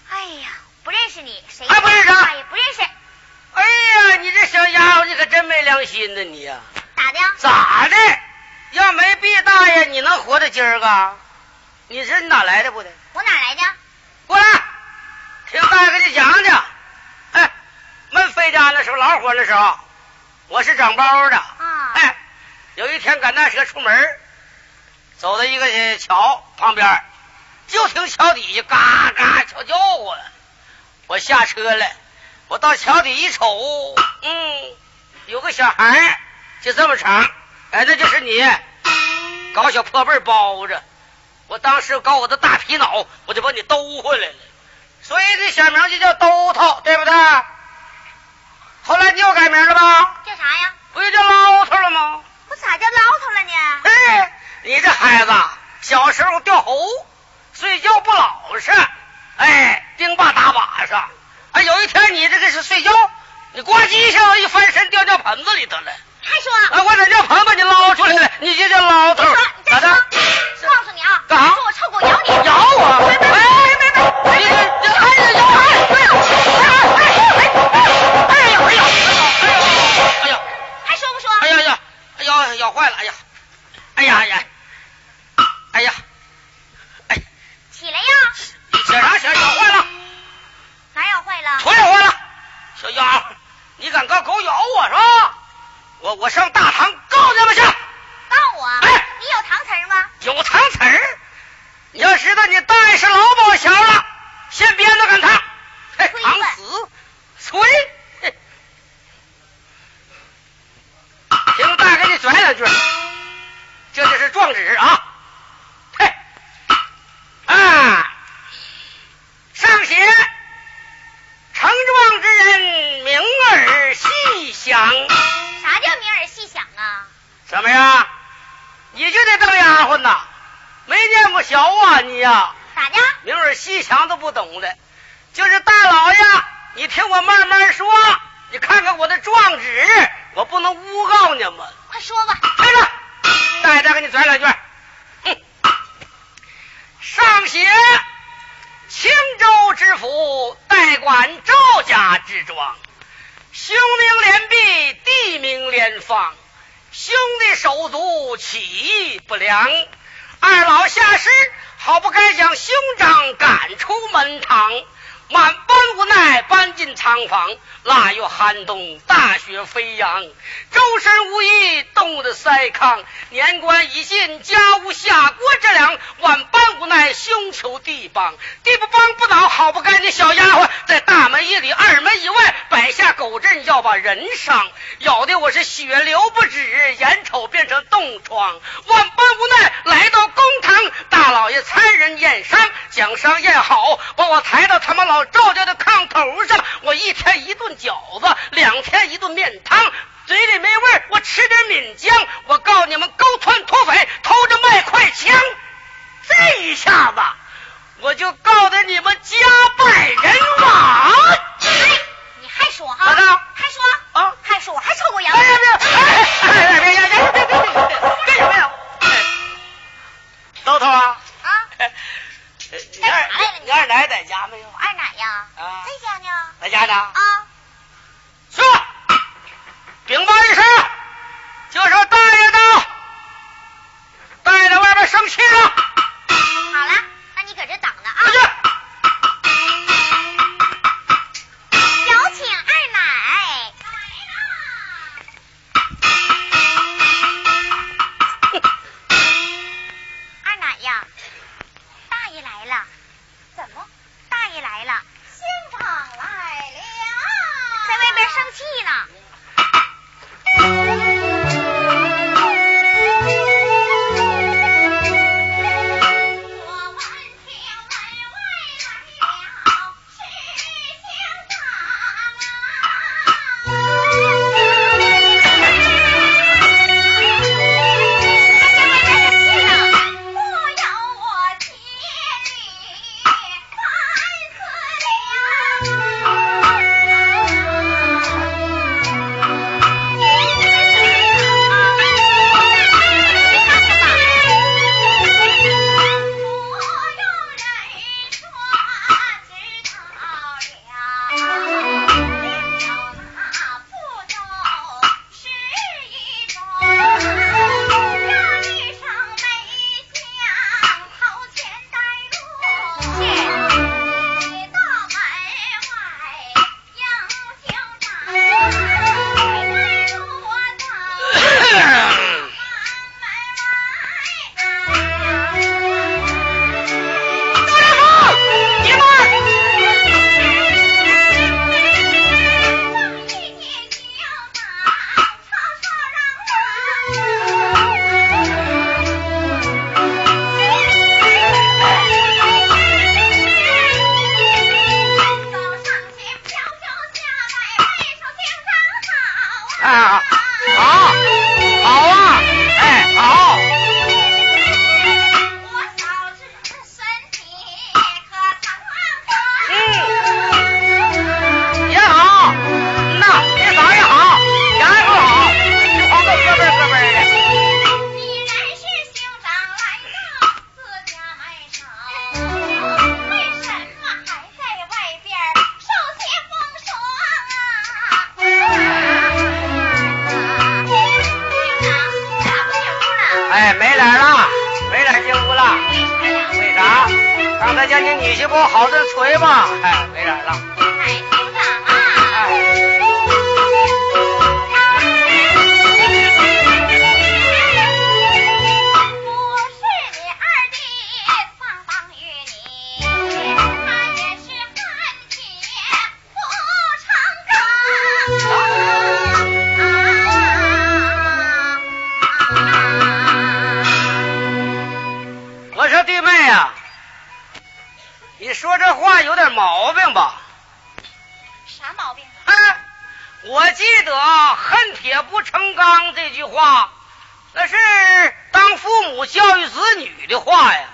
Speaker 5: 哎呀，不认识你，谁呀
Speaker 1: 还不认识啊
Speaker 5: 大爷不认识，
Speaker 1: 哎呀，你这小丫头，你可真没良心呢，你呀、
Speaker 5: 咋的？
Speaker 1: 咋的？要没毕大爷，你能活到今儿个？你是你哪来的不得？
Speaker 5: 我哪来的？
Speaker 1: 过来，听大爷给你讲讲。哎，没飞家那时候，老火那时候，我是长包的。
Speaker 5: 啊
Speaker 1: 哎，有一天赶大车出门，走到一个呃桥旁边，就听桥底下嘎嘎叫叫唤。我下车了，我到桥底一瞅，嗯，有个小孩儿就这么长，哎，那就是你，搞小破被儿包着。我当时搞我的大皮脑，我就把你兜回来了，所以这小名就叫兜头，对不对？后来你又改名了吧？
Speaker 5: 叫啥呀？
Speaker 1: 不就叫捞头了吗？
Speaker 5: 我咋叫老头了呢？
Speaker 1: 嘿，你这孩子小时候掉猴，睡觉不老实，哎，钉把打把上。哎，有一天你这个是睡觉，你呱唧一下一翻身掉尿盆子里头了，
Speaker 5: 还说？啊
Speaker 1: 哎，我在尿盆把你捞出来了，你就叫捞头
Speaker 5: 你说，
Speaker 1: 哎咋
Speaker 5: 再
Speaker 1: 的
Speaker 5: 说？，告诉你啊，
Speaker 1: 干啥
Speaker 5: 你说我臭狗咬你，
Speaker 1: 咬我！哎哎哎！你你哎呀咬我！哎呀哎呀哎呀哎呀
Speaker 5: 还说不说？
Speaker 1: 哎呀哎呀哎呀哎呀哎呀咬坏了！哎呀哎呀哎呀哎呀哎！
Speaker 5: 起来呀，
Speaker 1: 小啥小咬坏了，
Speaker 5: 哪咬坏了？
Speaker 1: 腿咬坏了，小丫头，你敢告狗咬我是吧？我我上大堂告他们去，
Speaker 5: 告我
Speaker 1: 哎，
Speaker 5: 你有糖词吗？
Speaker 1: 有糖词儿。你要知道你大爷是老保强了，先鞭子赶他，嘿
Speaker 5: 推，
Speaker 1: 唐
Speaker 5: 吧
Speaker 1: 死，吹。嘿听大爷给你拽两句，这就是状纸啊。嘿，啊，上写成状之人名耳细详，
Speaker 5: 啥叫明耳细想啊？
Speaker 1: 怎么样？你就得当丫鬟呐，没念过小啊你呀、
Speaker 5: 咋的？
Speaker 1: 明儿西墙都不懂的，就是大老爷，你听我慢慢说，你看看我的状纸，我不能诬告你们。
Speaker 5: 快说吧。
Speaker 1: 开着，大爷再给你拽两句。哼，上写青州知府代管赵家之庄，兄名连璧，地名连方，兄弟手足起义不良，二老下师好不该将兄长赶出门堂。满般无奈，搬进仓房。腊月寒冬，大雪飞扬，周身无衣，冻得腮糠。年关已尽，家无下锅之粮。万般无奈，兄求地帮，地不帮不倒，好不干净小丫鬟，在大门以里、二门以外摆下狗阵，要把人伤。咬的我是血流不止，眼瞅变成冻疮。万般无奈，来到公堂，大老爷差人验伤，将伤验好，把我抬到他们老赵家的炕头上。我一天一顿饺子，两天一顿面汤，嘴里没味儿，我吃点闽江。我告你们，勾团土匪，偷着卖快枪。这一下子，我就告得你们家败人亡。
Speaker 5: 哎，你还说哈？
Speaker 1: 咋的
Speaker 5: 还说？
Speaker 1: 啊
Speaker 5: 还说我还臭狗咬
Speaker 1: 哎呀，
Speaker 5: 你？
Speaker 1: 别！哎哎哎，别别别别别别别别！豆豆啊，
Speaker 5: 啊，
Speaker 1: 你二你二奶在家没有
Speaker 5: 我？二奶呀，
Speaker 1: 啊
Speaker 5: 在家呢。
Speaker 1: 在家呢。
Speaker 5: 啊，
Speaker 1: 是吧？禀报一声，就说大爷到，大爷在外边生气了。
Speaker 5: 好了，那你搁这等着啊
Speaker 1: 出。去。
Speaker 5: 有请二奶。二奶呀，大爷来了。怎么？大爷来了，
Speaker 3: 现场来了，
Speaker 5: 在外边生气呢。
Speaker 3: 哎哎
Speaker 5: *laughs* 哎
Speaker 1: 哎没脸了，没脸进屋了。为啥？刚才叫你女婿给我好顿捶吧，哎，没脸了。
Speaker 5: 奶厅长啊！我是你二弟，相当于你，他也是汉铁不成钢啊！
Speaker 1: 我说弟妹呀、你说这话有点毛病吧？
Speaker 5: 啥毛病啊？
Speaker 1: 哎，我记得“恨铁不成钢”这句话，那是当父母教育子女的话呀。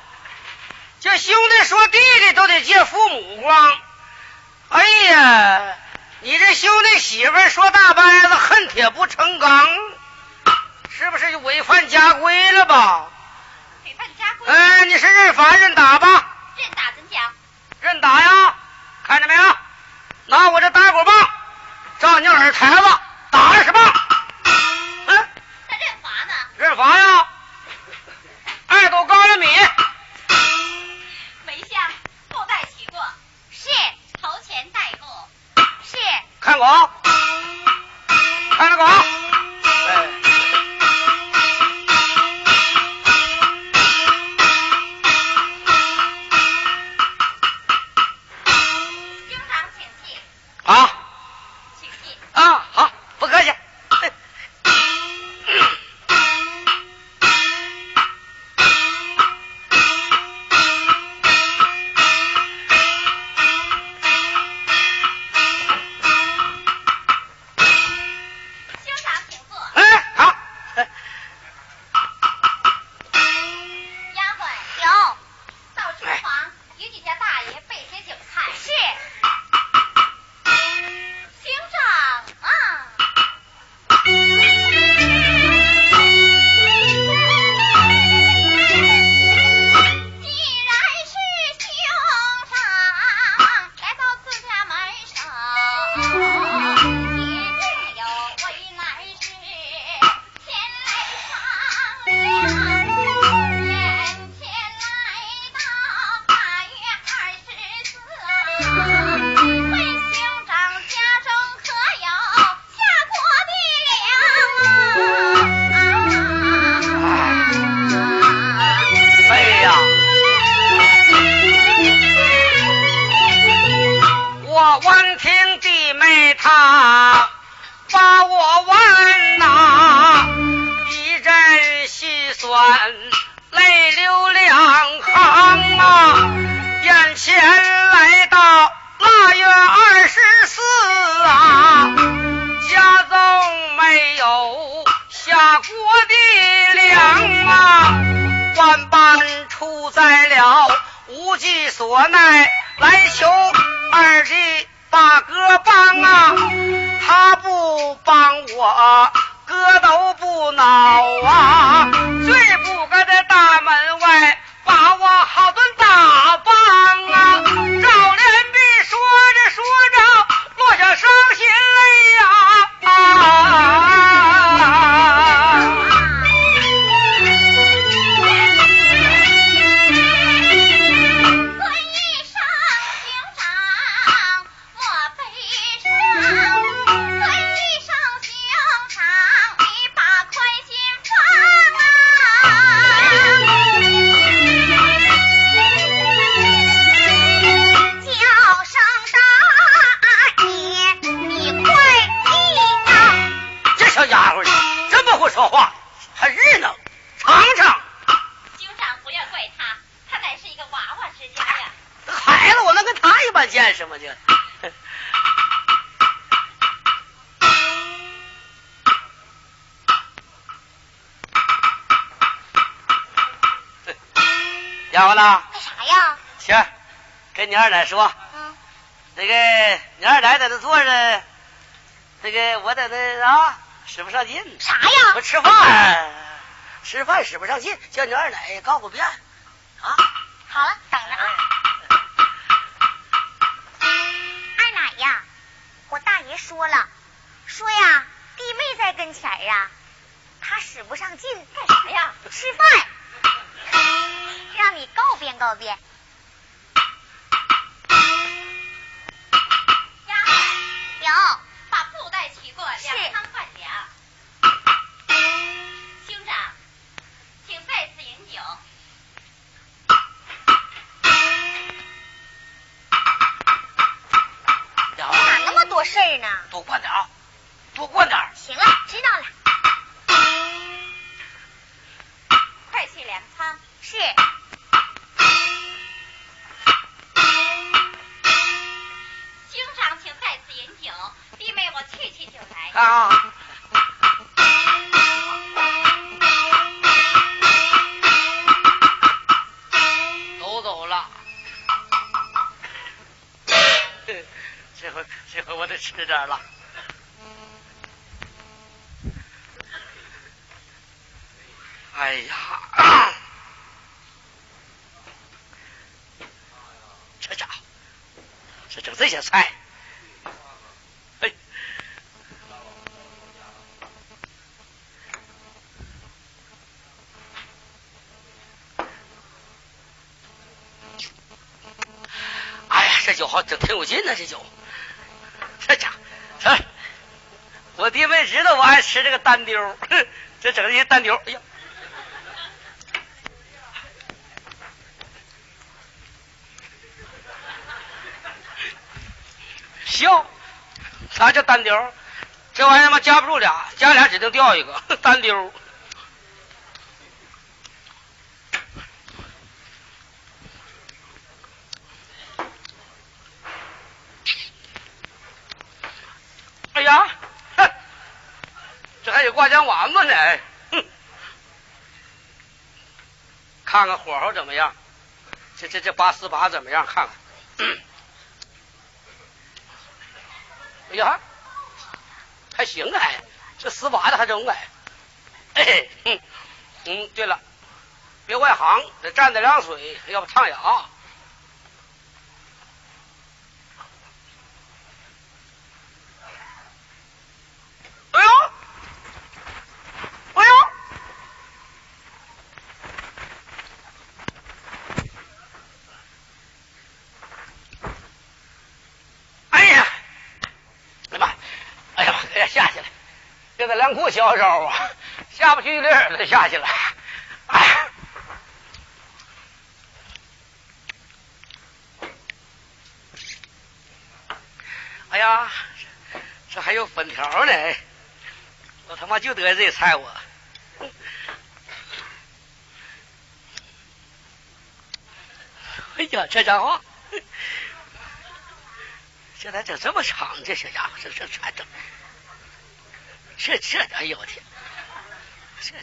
Speaker 1: 这兄弟说弟弟都得借父母光。哎呀，你这兄弟媳妇儿说大伯子恨铁不成钢，是不是就违反家规了吧？
Speaker 5: 违反家规，
Speaker 1: 哎，你是认罚认打吧？
Speaker 5: 任打怎讲？
Speaker 1: 任打呀！看着没有？拿我这打狗棒，照你耳台子打二十棒。嗯，
Speaker 5: 那任罚呢？
Speaker 1: 认罚呀！二斗高粱米，
Speaker 5: 没向后代提过，是头前代过，是
Speaker 1: 看狗，看着狗。哎，
Speaker 5: 厅长请记，
Speaker 1: 啊
Speaker 5: 请记。
Speaker 1: 啊，好，不客气。
Speaker 5: 厅长请坐，
Speaker 1: 哎，好。
Speaker 5: 丫鬟有到厨房与你家大爷备些酒菜。是，厅长啊。既然是兄长来到自家门上，一定有为难事前来商量。眼前来到八月二十四，问兄长家中可有下国的粮啊？
Speaker 1: 哎呀，我闻听弟妹她把我问呐、一阵心酸泪流两行啊！眼前来到腊月二十四啊，家中没有下锅的粮啊。万般出在了无计所奈，来求二弟大哥帮啊！他不帮我，哥都不恼啊！最不该在大门外把我好顿打棒啊！赵连璧说着说着落下伤心泪呀、啊！
Speaker 5: 尊一声兄长，我悲伤；尊一声兄长，你把宽心放啊！叫声大爷，你快听啊！
Speaker 1: 这小家伙这么会说话，还日能尝尝。
Speaker 5: 兄长不要怪他，他乃是一个娃娃之家呀。
Speaker 1: 这孩子，我能跟他一般见识吗？这。 *laughs* 丫鬟呐，
Speaker 5: 干啥呀？
Speaker 1: 去跟你二奶说，
Speaker 5: 嗯，
Speaker 1: 那个你二奶在那坐着，那个我在那啊使不上劲，
Speaker 5: 啥
Speaker 1: 我
Speaker 5: 呀？
Speaker 1: 吃饭吃饭使不上劲，叫你二奶告个遍啊。
Speaker 5: 好了，等着啊。哎二奶呀，我大爷说了，说呀，弟妹在跟前儿啊，他使不上劲，干啥呀？吃饭，让你告变告变。呀，有，把布袋取过，两汤半两。兄长，请再次饮酒。
Speaker 1: 点儿
Speaker 5: 哪那么多事儿呢？
Speaker 1: 多灌点儿，多灌点儿。
Speaker 5: 行了，知道了。快去粮仓。是。兄长，请再次饮酒，弟妹我去去就来。
Speaker 1: 啊，都走了。 *laughs* 这回这回我得吃点儿了。哎呀，这家伙，这整这些菜，哎，哎呀，这酒好整挺有劲呢、这酒， *laughs* 这家伙，哎，我弟妹知道我爱吃这个单丢儿，哼这整这些单丢儿，哎呀。行，啥叫单丢？这玩意儿他妈夹不住俩，夹俩指定掉一个，单丢。哎呀，哼这还有挂浆丸子呢，哎哼看看火候怎么样，这这这八四八怎么样？看嗯看。哎呀，还行哎，这丝袜子还整哎。哎，嗯，嗯，对了，别外行，得蘸着凉水，要不烫牙。哎呦，哎呦，哎呀！哎呀妈！哎呀妈！哎呀，下去了，这个凉裤小招啊，下不去地儿了，下去了。哎呀，哎呀，这还有粉条呢，我他妈就得这菜我。哎呀，这家伙！这咋整这么长？这小家伙，这这这整，这这，哎呦我天，这，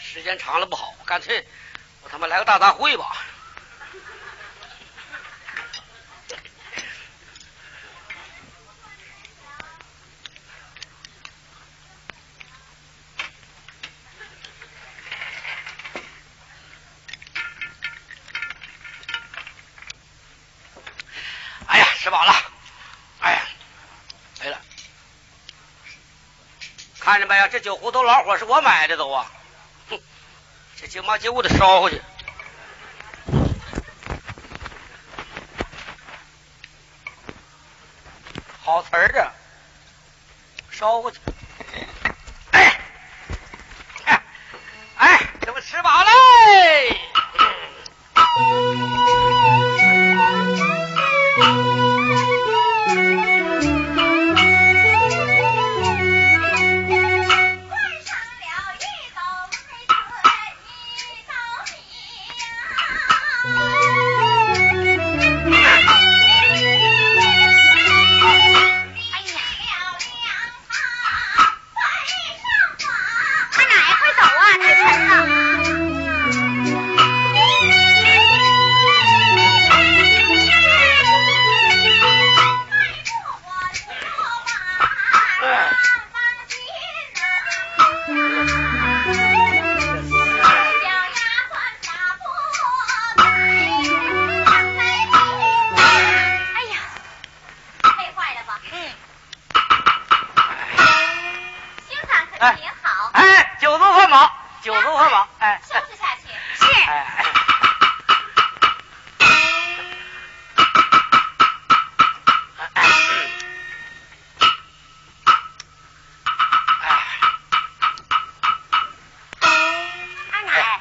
Speaker 1: 时间长了不好，干脆我他妈来个大杂烩吧。哎呀，吃饱了，哎呀，没了。看见没有，这酒壶都老火是我买的都啊。哼，这街妈街我得捎回去。好词儿啊，捎回去。哎，哎，哎，这不吃饱哎嘞？
Speaker 5: 灌上了一斗黑粉，一斗米呀。哎呀，
Speaker 3: 哎
Speaker 1: 哎，酒足饭饱，酒足饭饱，哎，
Speaker 5: 收拾下去。
Speaker 1: 哎哎哎
Speaker 5: 二奶，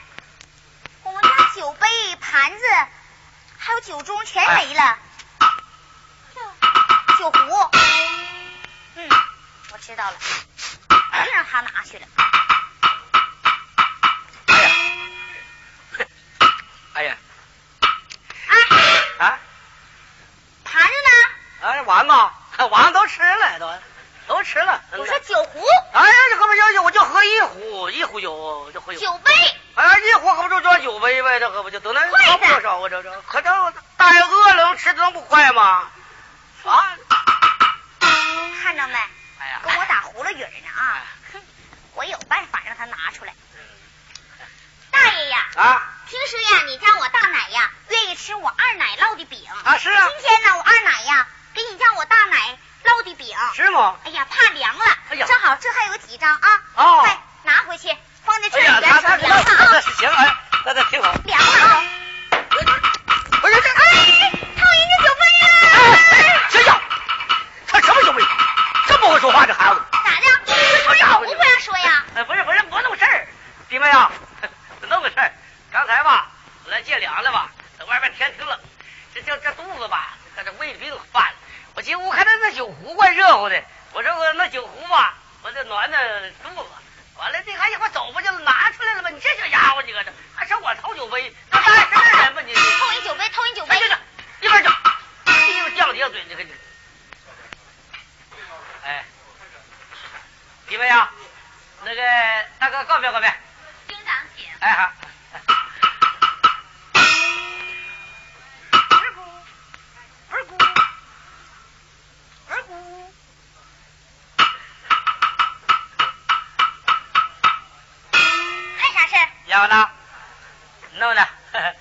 Speaker 5: 我们家酒杯、盘子，还有酒盅全没了。酒壶，嗯，我知道了，又让他拿去了。
Speaker 1: 哎呀，哎呀，
Speaker 5: 啊，
Speaker 1: 啊，
Speaker 5: 盘子呢？
Speaker 1: 哎，丸 *laughs* 子，丸子都吃了，都都吃了。
Speaker 5: 我说酒壶、
Speaker 1: 哎呀，这喝不酒酒，我就喝一壶，一壶酒就喝
Speaker 5: 酒杯，
Speaker 1: 哎，一壶喝不就装酒杯呗？这喝不就得那喝不少啊？这这可这大爷饿了能吃的能不快吗？啊，
Speaker 5: 看着没？
Speaker 1: 哎呀，
Speaker 5: 跟我打葫芦语儿呢
Speaker 1: 哎
Speaker 5: 啊！哼，我有办法让他拿出来。大爷呀，
Speaker 1: 啊
Speaker 5: 平时呀，你家我大奶呀愿意吃我二奶烙的饼。
Speaker 1: 啊是啊
Speaker 5: 今天呢，我二奶呀给你家我大奶烙的饼。
Speaker 1: 是啊吗？
Speaker 5: 哎呀，怕凉了。
Speaker 1: 哎呀
Speaker 5: 正好这还有几张啊。
Speaker 1: 哦
Speaker 5: 快拿回去，放在这
Speaker 1: 哎
Speaker 5: 里
Speaker 1: 呀，
Speaker 5: 边
Speaker 1: 他他
Speaker 5: 儿凉
Speaker 1: 他
Speaker 5: 了
Speaker 1: 他
Speaker 5: 啊，
Speaker 1: 行，哎，那那挺好。
Speaker 5: 凉了啊。
Speaker 1: 不哎是这，
Speaker 5: 哎，讨厌这酒杯呀！
Speaker 1: 哎，谁呀？他什么酒杯？这不会说话这孩子。
Speaker 5: 咋的？这不是口误不让说呀？
Speaker 1: 哎，不是不是，不那么事儿，弟妹啊，那么事儿。刚才吧，我来借粮了吧，在外边天挺冷，这这这肚子吧，这这胃病犯了。我进屋看他那酒壶怪热乎的，我说我那酒壶吧，我这暖暖肚子。完了，这还一会儿走不就拿出来了吗？你这小家伙，你搁这还上我掏酒杯，那大事儿人吧你？
Speaker 5: 偷人酒杯，偷人酒杯
Speaker 1: 哎，！这这一边去，啊哎一边犟犟嘴，你看你。哎，弟妹啊，那个大哥告别告别，
Speaker 5: 厅长请。
Speaker 1: 哎好。
Speaker 5: 还啥事儿？
Speaker 1: 丫鬟呐，那么的，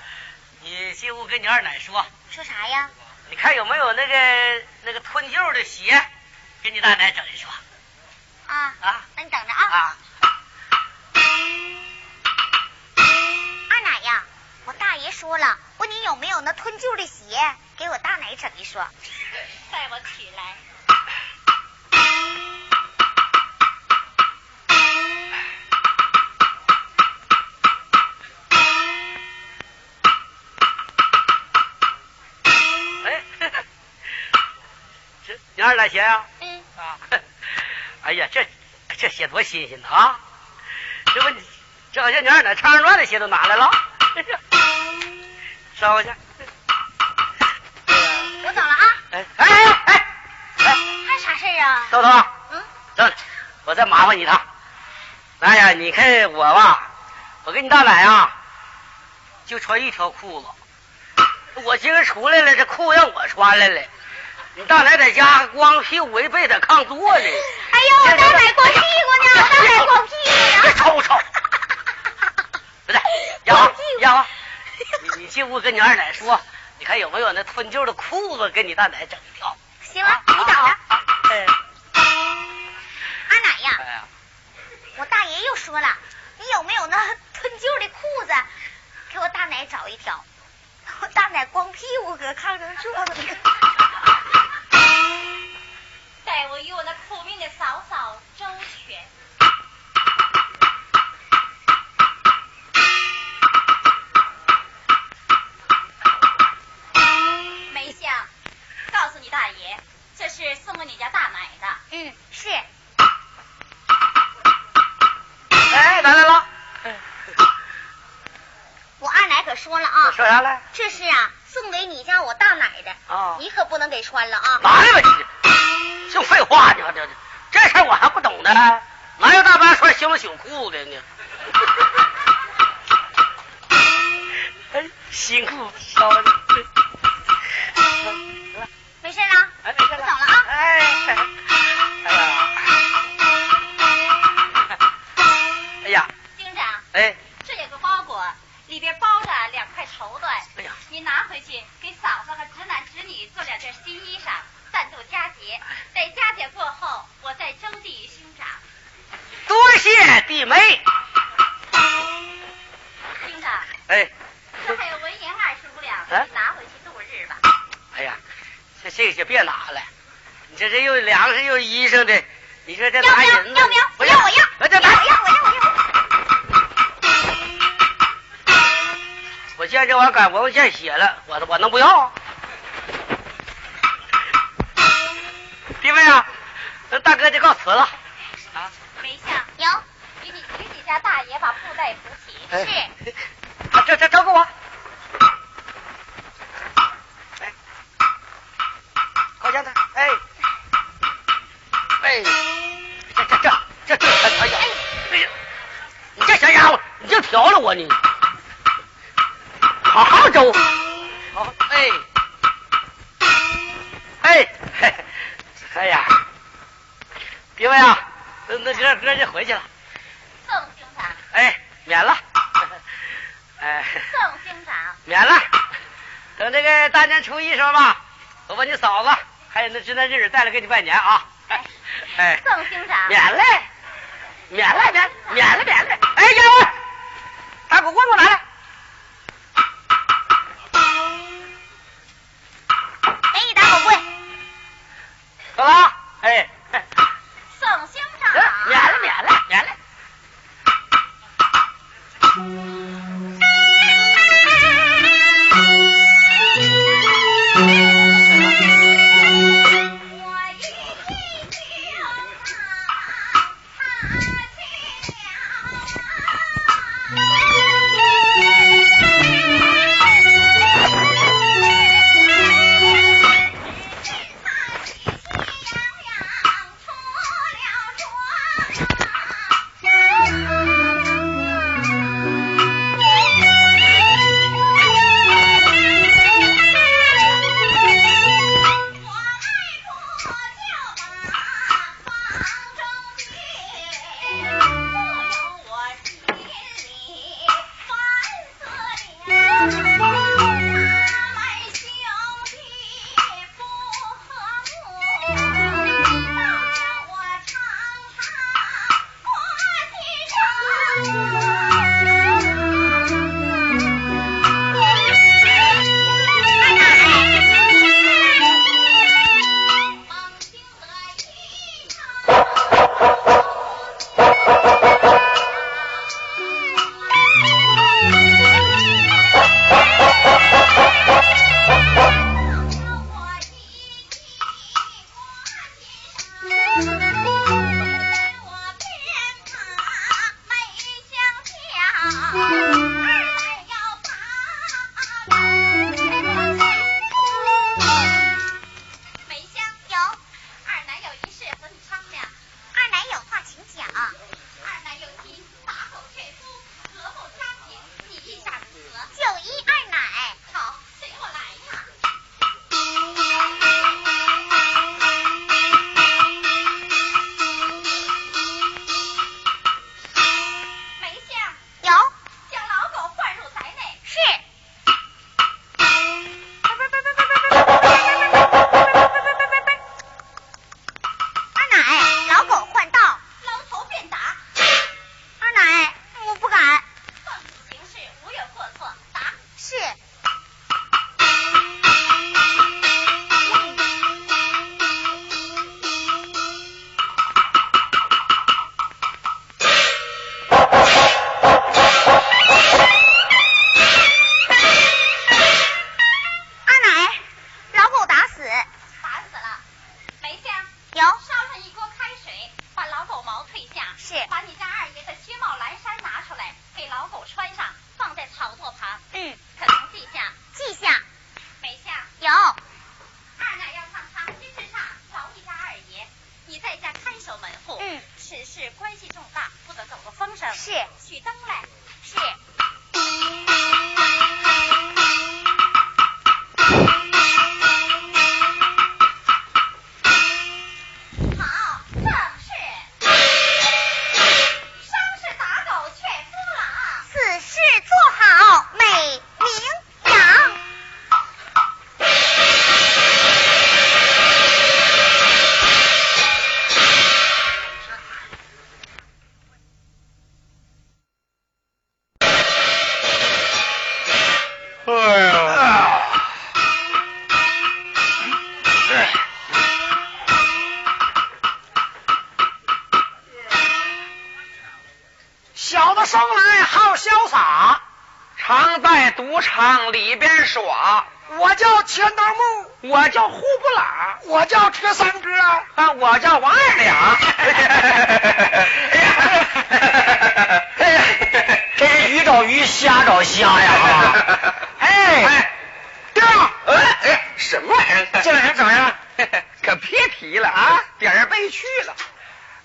Speaker 1: 你进屋跟你二奶说，
Speaker 5: 说啥呀？
Speaker 1: 你看有没有那个那个吞旧的鞋，给你大奶整一双
Speaker 5: 啊，
Speaker 1: 啊
Speaker 5: 那你等着啊。
Speaker 1: 啊！
Speaker 5: 二奶呀，我大爷说了，问你有没有那吞旧的鞋，给我大奶整一双。带我起来。
Speaker 1: 哎， *laughs* 这你二奶鞋呀、
Speaker 5: 嗯，
Speaker 1: 啊， *laughs* 哎呀，这这鞋多新鲜呐啊！这不，这好像你二奶唱二段的鞋都拿来了， *laughs* 捎过去。
Speaker 5: 我走了啊。
Speaker 1: 哎哎哎哎哎，
Speaker 5: 还有啥事儿啊？
Speaker 1: 豆豆，
Speaker 5: 嗯，
Speaker 1: 这我再麻烦你一趟。哎呀，你看我吧，我跟你大奶啊，就穿一条裤子。我今儿出来了，这裤让我穿来了。你大奶在家光屁股围被在炕坐呢。
Speaker 5: 哎呦，我大奶光屁股呢，我大奶光屁
Speaker 1: *laughs*
Speaker 5: 股
Speaker 1: 别
Speaker 5: 呢。
Speaker 1: 瞅我瞅。不是，丫鬟，丫鬟，啊你你进屋跟你二奶说，你看有没有那吞旧的裤子给你大奶整一条。
Speaker 5: *laughs* 行了，你等着。
Speaker 1: 啊啊啊哎
Speaker 5: 二奶呀，
Speaker 1: 哎呀，
Speaker 5: 我大爷又说了，你有没有那吞旧的裤子，给我大奶找一条。我大奶光屁股搁炕上坐着呢。带我与我那苦命的嫂嫂周旋。梅香，告诉你大爷，这是送给你家大奶的。嗯，是。
Speaker 1: 哎，来来
Speaker 5: 啊
Speaker 1: 了。
Speaker 5: 我二奶可说了
Speaker 1: 我
Speaker 5: 啊，
Speaker 1: 说啥来？
Speaker 5: 这是啊送给你家我大奶的，
Speaker 1: 啊
Speaker 5: 你可不能给穿了啊。
Speaker 1: 拿来吧你，净废话呢，这这事儿我还不懂呢，哪有大半穿修了修裤的呢？哎， *laughs* 辛苦烧的。
Speaker 5: *laughs* 没事了，
Speaker 1: 哎，没事
Speaker 5: 我走了啊。
Speaker 1: 哎，哎呀，哎呀，
Speaker 5: 厅长，
Speaker 1: 哎，
Speaker 5: 这有个包裹，里边包着两块绸缎，
Speaker 1: 哎呀，
Speaker 5: 你拿回去给嫂嫂和侄男侄女做两件新衣裳，
Speaker 1: 哎
Speaker 5: 暂作佳节。等佳节过后，我再征集于兄长。
Speaker 1: 对多谢弟妹。
Speaker 3: 兄长，
Speaker 1: 哎，
Speaker 3: 这还有文银二十五两，
Speaker 1: 哎
Speaker 3: 拿回去度日吧。
Speaker 1: 哎呀，这这些别拿了，你这这又粮食又衣裳的，你说
Speaker 3: 要
Speaker 1: 这
Speaker 3: 不
Speaker 1: 拿
Speaker 3: 要？
Speaker 1: 银子？
Speaker 3: 要不要？
Speaker 1: 不啊
Speaker 3: 要我要！
Speaker 1: 我这拿
Speaker 3: 我要我要我要！
Speaker 1: 我见这玩意儿赶我我见血了，我我能不要？弟妹啊，那大哥就告辞了。啊，
Speaker 3: 没下有，给你给你家大爷把布袋补齐。
Speaker 1: 哎，啊这这找给我。哎，好家伙，哎，哎，这这这这这，哎呀，哎呀，你这小家伙，你就嫖了我你，好好周，好，哎，哎，嘿哎呀，别问啊，那那哥哥就回去了，
Speaker 3: 宋兄
Speaker 1: *laughs*
Speaker 3: 长，
Speaker 1: 哎，免了，哎。
Speaker 3: 宋兄长，
Speaker 1: 免了。等这个大年初一时候吧，我把你嫂子还有那知那日子带来给你拜年啊。哎，
Speaker 3: 宋兄长，
Speaker 1: 免了，免了，免免了，免了。哎，丫鬟，打狗棍给我拿来。
Speaker 3: 给你打狗棍。
Speaker 1: 走了啊。哎，
Speaker 3: 宋兄
Speaker 1: 得
Speaker 3: 长，
Speaker 1: 啊免了，免了，免了。
Speaker 3: 我一进酒堂，他进了。只见他喜气洋洋出了庄。我迈步就把房中进，不由我心里烦思量。咱们兄弟不和睦，倒是我尝尝我的伤。梦醒了一场。梅香有，二男有一事和你商量。二男有话请讲。二男有妻，打狗劝夫，和睦家庭，你意下如何？就依二奶。好，随我来呀。梅香有，将老狗换入宅内。是。
Speaker 5: 二奶，老狗换道。
Speaker 3: 捞头便打。
Speaker 5: 二奶，我不敢。
Speaker 3: 放肆行事，无有过错。打。
Speaker 5: 是。二奶，老狗打死。
Speaker 3: 打死了。梅香，
Speaker 5: 有
Speaker 3: 烧上一锅开水，把老狗毛退下。
Speaker 5: 是
Speaker 3: 把你家二爷的靴帽蓝衫拿出来，给老狗穿上，放在草垛旁。
Speaker 5: 嗯，
Speaker 3: 可能记下。
Speaker 5: 记下。
Speaker 3: 梅香，
Speaker 5: 有。
Speaker 3: 二奶要上长街之上劳你家二爷，你在家看守门户。
Speaker 5: 嗯，
Speaker 3: 此事关系重大，不得走漏风声。
Speaker 5: 是
Speaker 3: 取灯来。是。好，正是。伤势打狗劝夫郎。
Speaker 5: 此事做好，美名扬。
Speaker 4: 小子生来好潇洒，
Speaker 1: 常在赌场里边耍。
Speaker 4: 我叫钱道木，
Speaker 1: 我叫呼不拉，
Speaker 4: 我叫车三哥，
Speaker 1: 啊，我叫王二
Speaker 4: *laughs*
Speaker 1: 两。
Speaker 4: 哎呀，这是鱼找鱼，虾找虾呀！ *laughs* 啊哎，对了，
Speaker 1: 哎哎，什么玩意儿？
Speaker 4: 这玩意儿怎么 *laughs* 样？
Speaker 1: 可别提了啊，点儿背去了，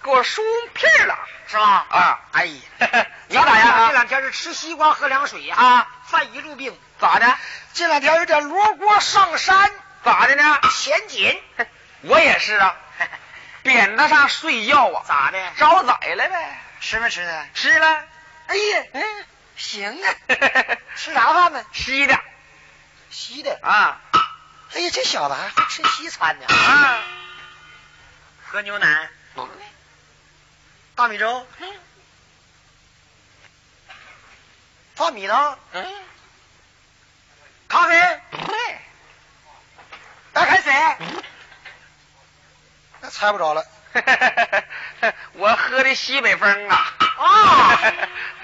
Speaker 1: 给我输屁了。
Speaker 4: 是吧？
Speaker 1: 啊
Speaker 4: 哎呀， *laughs*
Speaker 1: 你咋样啊
Speaker 4: 这两天是吃西瓜喝凉水啊，
Speaker 1: 啊，
Speaker 4: 犯一路病。
Speaker 1: 咋的？
Speaker 4: 这两天有点罗锅上山，
Speaker 1: 咋的呢？
Speaker 4: 前 *laughs* 紧，
Speaker 1: 我也是啊，扁担上睡觉啊，
Speaker 4: 咋的
Speaker 1: 招宰了呗，
Speaker 4: 吃没吃的？
Speaker 1: 吃了，
Speaker 4: 哎呀，
Speaker 1: 嗯，
Speaker 4: 行 *laughs* 啊，吃啥饭呢？
Speaker 1: 稀的
Speaker 4: 西 *laughs* 的。
Speaker 1: 啊
Speaker 4: 哎呀，这小子还会吃西餐呢。
Speaker 1: 啊，
Speaker 4: 喝牛奶，大米粥，
Speaker 1: 哎
Speaker 4: 泡米呢，
Speaker 1: 嗯，
Speaker 4: 咖啡，
Speaker 1: 对，
Speaker 4: 白开
Speaker 1: 嗯
Speaker 4: 水。那猜不着了。
Speaker 1: 我喝的西北风 *laughs* 啊，
Speaker 4: 啊，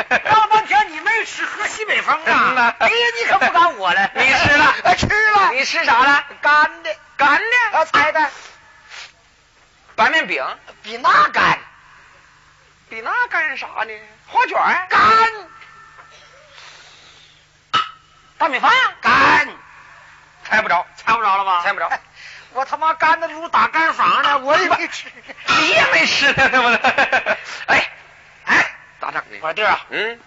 Speaker 1: *laughs*
Speaker 4: 闹半天你没吃喝西北风
Speaker 1: 嗯呐
Speaker 4: 啊！哎呀，你可不赶我了。
Speaker 1: *laughs* 你吃了
Speaker 4: 啊吃了。
Speaker 1: 你吃啥了？
Speaker 4: 干的，
Speaker 1: 干的，
Speaker 4: 啊，猜的
Speaker 1: 白面饼，
Speaker 4: 比那干，
Speaker 1: 比那干啥呢？花卷儿，
Speaker 4: 干
Speaker 1: 大米饭，
Speaker 4: 干，
Speaker 1: 猜不着，
Speaker 4: 猜不着了吧？
Speaker 1: 猜不着
Speaker 4: 哎。我他妈干的猪打干房呢，我也没吃。
Speaker 1: 你也没吃呢，对不
Speaker 4: *laughs*
Speaker 1: 对？哎哎，咋整
Speaker 4: 我说
Speaker 1: 的？
Speaker 4: 弟儿啊，
Speaker 1: 嗯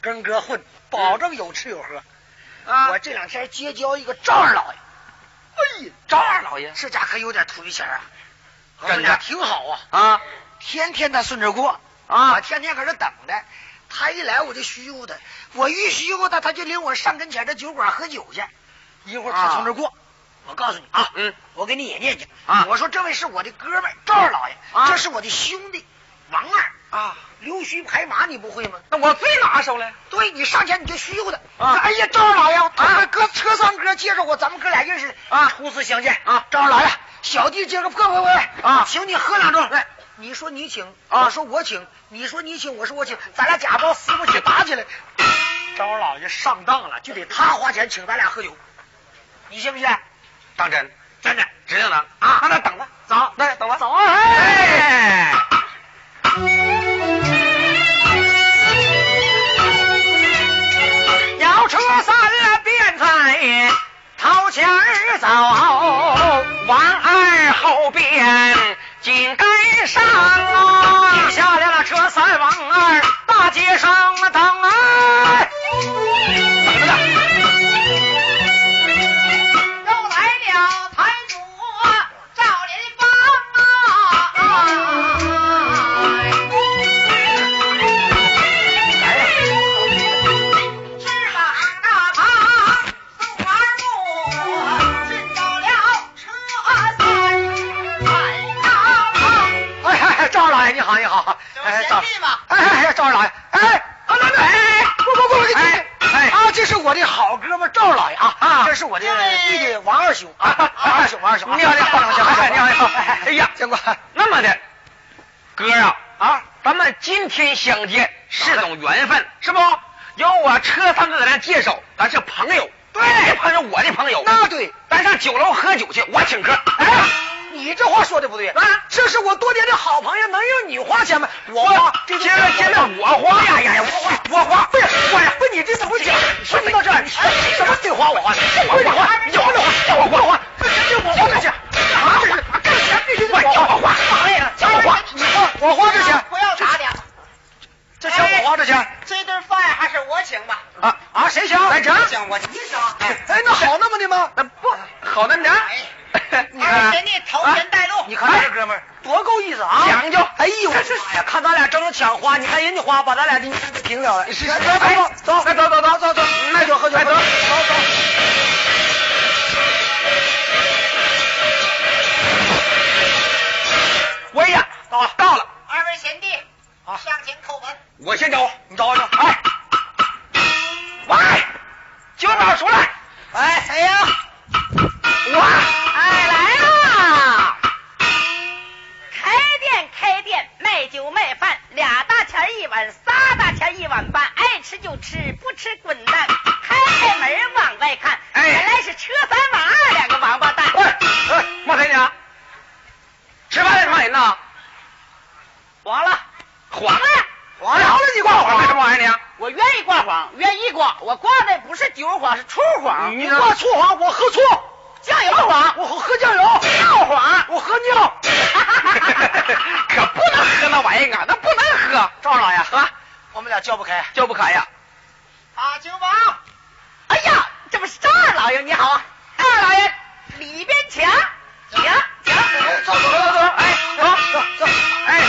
Speaker 4: 跟哥混，保证有吃有喝。
Speaker 1: 啊
Speaker 4: 我这两天结交一个赵二老爷，
Speaker 1: 哎，赵二老爷
Speaker 4: 这家可有点图一钱啊，
Speaker 1: 真的
Speaker 4: 我们俩挺好啊，
Speaker 1: 啊
Speaker 4: 天天他顺着过，我
Speaker 1: 啊，
Speaker 4: 天天搁这等着。他一来我就虚乎他，我一虚乎他，他就领我上跟前的酒馆喝酒去。一会儿他从这过，啊我告诉你啊，
Speaker 1: 嗯，
Speaker 4: 我给你演练去
Speaker 1: 啊
Speaker 4: 我说这位是我的哥们儿赵二老爷，
Speaker 1: 啊
Speaker 4: 这是我的兄弟王二，
Speaker 1: 啊，
Speaker 4: 溜须拍马你不会吗？
Speaker 1: 那我最拿手了。
Speaker 4: 对你上前你就虚乎他，
Speaker 1: 啊
Speaker 4: 哎呀，赵二老爷，啊，哥车三哥介绍我，咱们哥俩认识
Speaker 1: 啊
Speaker 4: 初次相见
Speaker 1: 啊
Speaker 4: 赵二老爷，小弟接个破回回
Speaker 1: 啊
Speaker 4: 请你喝两盅来。你说你请，
Speaker 1: 啊
Speaker 4: 我说我请，你说你请，我说我请，咱俩假包撕不起打起来。赵二老爷上当了，就得他花钱请咱俩喝酒，你信不信？
Speaker 1: 当真，
Speaker 4: 真的，
Speaker 1: 指定能
Speaker 4: 啊
Speaker 1: 那那等吧，
Speaker 4: 走，
Speaker 1: 那等吧，
Speaker 4: 走啊！哎
Speaker 1: 哎，
Speaker 4: 摇车散了便在头前儿走，王二后边紧跟上
Speaker 1: 嗯
Speaker 4: 啊！下了车三王二，大街上等啊！等着呢
Speaker 3: 又来了台主赵林芳啊！翅膀大堂送花木，进到了车三船上。
Speaker 4: 哎哎哎，赵二老爷你好你好，哎赵
Speaker 6: 这不贤弟吗
Speaker 4: 哎哎哎赵二老爷，哎啊来来哎，过过过过，
Speaker 1: 哎哎
Speaker 4: 啊这是我的好哥们赵老爷啊
Speaker 1: 啊
Speaker 4: 这是我的弟弟王二兄啊，王二兄王二兄，
Speaker 1: 你好你好
Speaker 4: 王二兄王二兄
Speaker 1: 你好你好
Speaker 4: 哎哎呀，见过
Speaker 1: 那么的，哥啊
Speaker 4: 啊，
Speaker 1: 咱们今天相见是种缘分，是不？有我车三哥给咱介绍，咱是朋友，
Speaker 4: 对
Speaker 1: 你的朋友我的朋友，
Speaker 4: 那对，
Speaker 1: 咱上酒楼喝酒去，我请客。
Speaker 4: 哎。你这话说的不对
Speaker 1: 啊
Speaker 4: 这是我多年的好朋友，能用你花钱吗？我花，
Speaker 1: 接
Speaker 4: 这
Speaker 1: 着接着我花
Speaker 4: 哎呀呀呀，我花我花，不是我呀，不是你这怎么讲？说到这儿，你什么得花我花，我得花，你花花，我花花，这这我花这钱，啊，这是这钱必须得我花，啥呀？钱我花，你花，我花这钱，
Speaker 6: 不要打脸，
Speaker 4: 这钱我花这钱
Speaker 6: 这顿饭还是我请吧。
Speaker 4: 啊啊，谁行？来
Speaker 1: 行
Speaker 6: 行，我请你请。
Speaker 4: 哎，那好那么的吗？
Speaker 1: 那不好那么点儿
Speaker 4: 哎，
Speaker 1: 你看啊
Speaker 6: 二贤弟头前带路，
Speaker 4: 你看这哥们儿哎多够意思啊！
Speaker 1: 讲究
Speaker 4: 哎呦，这是哎呀，看咱俩争着抢花，你看人家花把咱俩今天平了了。
Speaker 1: 是
Speaker 4: 走
Speaker 1: 是哎
Speaker 4: 走走
Speaker 1: 哎走走走
Speaker 4: 走走，卖酒喝酒
Speaker 1: 哎
Speaker 4: 喝
Speaker 1: 走
Speaker 4: 酒，走走。
Speaker 1: 我呀，到了到了，
Speaker 6: 二位贤弟
Speaker 4: 啊，
Speaker 6: 上前叩门。
Speaker 1: 我先找，
Speaker 4: 你找我找
Speaker 1: 哎，喂，酒保出来，
Speaker 4: 哎，谁呀？
Speaker 1: 我，哎来啦，
Speaker 2: 开店开店，卖酒卖饭，俩大钱一碗，仨大钱一碗，吃，不吃滚蛋！开门往外看，
Speaker 4: 哎
Speaker 2: 原来是车三马二两个王八蛋。
Speaker 4: 喂，哎，莫太娘，吃饭那什么人呐？
Speaker 2: 黄了，哎
Speaker 4: 黄了，黄了，你啊挂黄干什么玩意儿呢？
Speaker 2: 我愿意挂黄，愿意挂。我挂的不是丢黄，是处黄。
Speaker 4: 你挂
Speaker 2: 醋黄，我喝醋；酱油黄，我喝喝酱油；尿黄，我喝尿。
Speaker 4: 可不能喝那玩意儿啊，那不能喝。赵老爷，喝，
Speaker 1: 我们俩叫不开。
Speaker 4: 就不开呀。
Speaker 1: 大酒保，
Speaker 2: 哎呀，这不是二老爷你好，二老爷里边请，请请。
Speaker 4: 走走走走，哎，走走走，哎，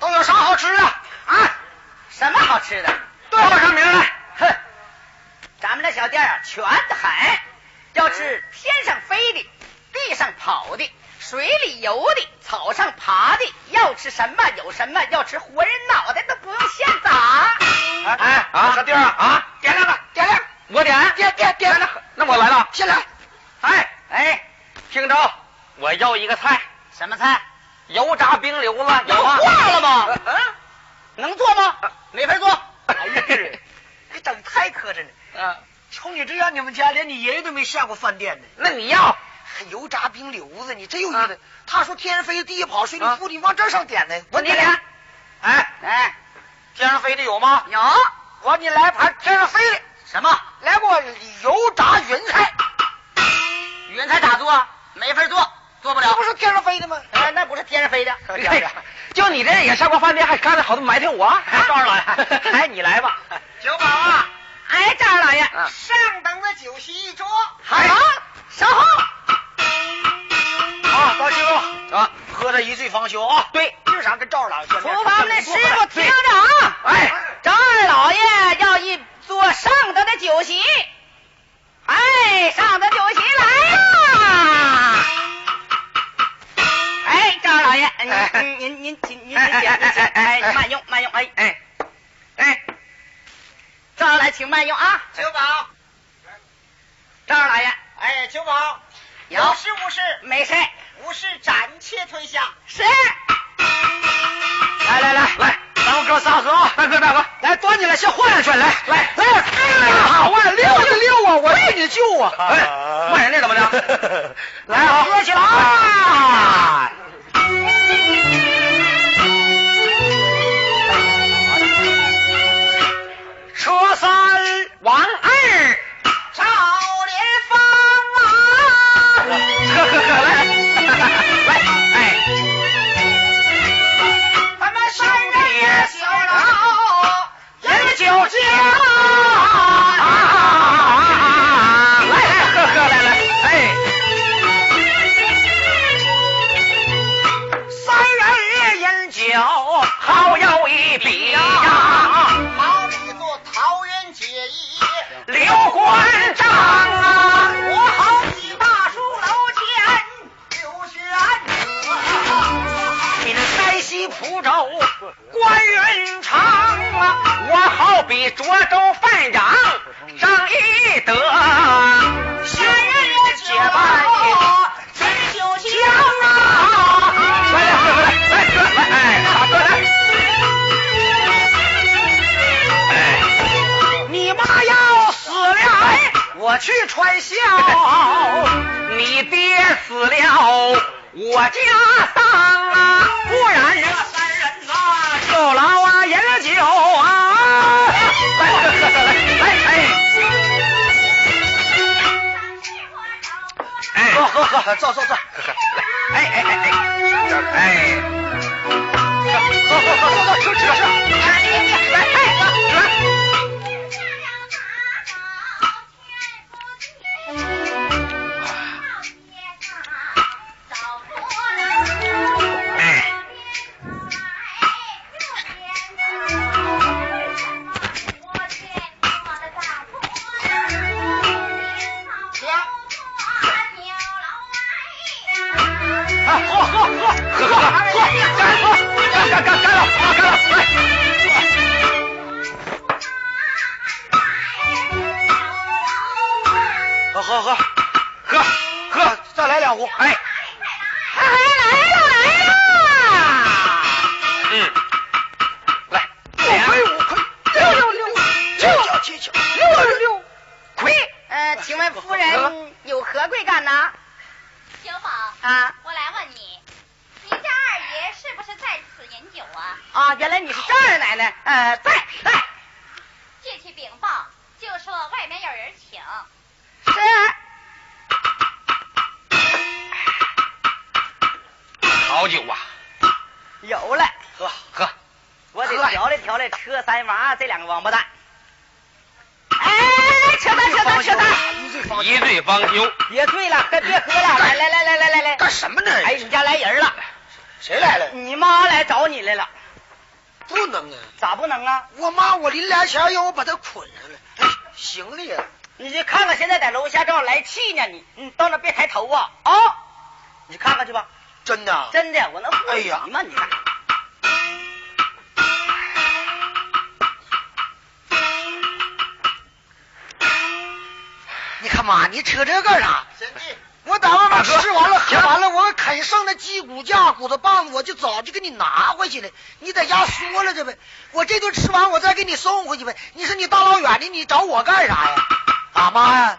Speaker 1: 都有啥好吃的？
Speaker 2: 啊，什么好吃的？
Speaker 4: 对报上名来。
Speaker 2: 哼，咱们这小店啊，全的很，要吃天上飞的，地上跑的，水里游的，草上爬的，要吃什么有什么，要吃活人脑袋都不用现砸。
Speaker 4: 哎啊，小弟儿啊啊，点亮了，点亮，我点，点点点亮，那我来了，先来。哎哎，听着，我要一个菜，
Speaker 2: 什么菜？
Speaker 4: 油炸冰溜子，有
Speaker 2: 要
Speaker 4: 啊
Speaker 2: 挂了吗？
Speaker 4: 嗯，
Speaker 2: 能做吗？
Speaker 1: 啊
Speaker 2: 没法做。
Speaker 4: 哎呀，
Speaker 1: *laughs* 你整太磕碜了。
Speaker 4: 嗯，
Speaker 1: 瞅你这样，你们家连你爷爷都没下过饭店呢。
Speaker 4: 那你要
Speaker 1: 还油炸冰瘤子，你真有意
Speaker 4: 啊
Speaker 1: 思。他说天上飞的，地下跑，水里
Speaker 4: 啊
Speaker 1: 浮的，你往这上点呢。
Speaker 4: 我
Speaker 1: 我
Speaker 4: 你俩，
Speaker 1: 哎，
Speaker 2: 哎，
Speaker 1: 天上飞的有吗？
Speaker 2: 有
Speaker 1: 我给你来盘天上飞的，
Speaker 2: 什么？
Speaker 1: 来给我油炸云彩。
Speaker 2: 云彩咋做？没法做，做不
Speaker 1: 这
Speaker 2: 了
Speaker 1: 不。是天上飞的吗？
Speaker 2: 哎，那不是天上飞
Speaker 1: *laughs*
Speaker 2: 的。
Speaker 1: 这样啊
Speaker 4: 就你这也上过饭店，还干的好多埋汰我？
Speaker 2: 哎 *laughs* 赵
Speaker 1: *laughs*
Speaker 2: 二老爷
Speaker 4: 哎，你来吧。
Speaker 1: 酒保啊，
Speaker 2: 哎，张老爷，
Speaker 1: 嗯
Speaker 4: 啊
Speaker 1: 上等的酒席一桌，
Speaker 2: 好，稍后。
Speaker 1: 啊，大师傅，
Speaker 4: 啊，
Speaker 1: 喝的一醉方休啊。
Speaker 4: 对，
Speaker 1: 经常跟赵老爷见
Speaker 2: 厨
Speaker 1: 面
Speaker 2: 房的师傅听着啊！
Speaker 4: 哎，
Speaker 2: 张二老爷要一桌上等的酒席，哎，上等酒席来啦！哎，张二老爷，您您您您您您请您请，哎，慢用慢用，哎
Speaker 4: 嗯哎哎，
Speaker 2: 张二老爷请慢用啊！
Speaker 1: 酒保，
Speaker 2: 张二老爷，
Speaker 1: 哎，酒保，
Speaker 2: 有
Speaker 1: 事无事，
Speaker 2: 没事，
Speaker 1: 无事暂且退下。
Speaker 2: 是
Speaker 4: 来来来来，咱们哥仨喝啊，大哥大哥，来端起来，先晃两圈，来来来，哎呀，好啊，溜啊溜啊，我替你救啊，哎，骂人呢怎么 *laughs* 的？来啊，
Speaker 2: 喝起来
Speaker 4: 啊！车三王二，
Speaker 2: 赵连芳啊！
Speaker 4: 呵呵呵，来来，哎，
Speaker 2: 咱们山人也小老。
Speaker 4: 饮酒啊！来来喝喝来来，哎。三人饮酒，好友一比呀、
Speaker 1: 好比做桃园结义，
Speaker 4: 刘关张啊，
Speaker 1: 我好比大树楼前刘玄子，
Speaker 4: 你那山西蒲州关云长啊，我好比涿州范阳张翼德，仙人结拜
Speaker 1: 陈九卿
Speaker 4: 江啊！来来喝喝来来喝来哎，好喝来。你妈要死了，哎，我去传孝；你爹死了，我家丧啊，不然人三人呐，酒牢啊，饮酒啊。来喝喝喝
Speaker 1: 喝喝喝，
Speaker 4: 来来哎哎，
Speaker 1: 坐坐坐，
Speaker 4: 哎哎哎哎哎。喝喝喝喝喝，吃吃吃！来哎，来。
Speaker 3: 停。
Speaker 4: 喝喝喝喝喝喝！
Speaker 5: 哎
Speaker 2: 嗯
Speaker 1: 嗯
Speaker 2: 呃
Speaker 4: 啊
Speaker 2: 啊何贵干呢？
Speaker 5: 小宝，
Speaker 2: 啊
Speaker 5: 我来问你，你家二爷是不是在此饮酒啊？
Speaker 2: 啊，原来你是这儿奶奶，呃，在在
Speaker 5: 借去禀报，就说外面有人请。
Speaker 2: 是。
Speaker 1: 好酒啊，
Speaker 2: 有了，哎
Speaker 1: 喝喝，
Speaker 2: 我得
Speaker 1: 喝
Speaker 2: 哎调理调理车三娃这两个王八蛋。哎，扯淡扯淡扯淡，
Speaker 1: 一醉方休。
Speaker 2: 别醉了，该哎别喝了，来来来来来来来，
Speaker 4: 干什么呢？
Speaker 2: 哎，你家来人了，
Speaker 4: 谁来了？
Speaker 2: 你妈来找你来了，
Speaker 4: 不能啊！
Speaker 2: 咋不能啊？
Speaker 4: 我妈，我临来前让我把她捆上了，哎行李呀、
Speaker 2: 你去看看，现在在楼下正好来气呢，你你到那别抬头啊啊！你去看看去吧，
Speaker 4: 真的啊，
Speaker 2: 真的，我能不
Speaker 4: 哎呀
Speaker 2: 你吗？你看，
Speaker 4: 你看妈，你扯这干啥？
Speaker 7: 贤弟，
Speaker 4: 我在外面
Speaker 1: 大哥
Speaker 4: 吃完了喝
Speaker 1: 行
Speaker 4: 完了，我啃剩的鸡骨架、骨头棒子，我就早就给你拿回去了。你在家说了去呗，我这顿吃完我再给你送回去呗。你说你大老远的，你找我干啥呀？啊妈呀！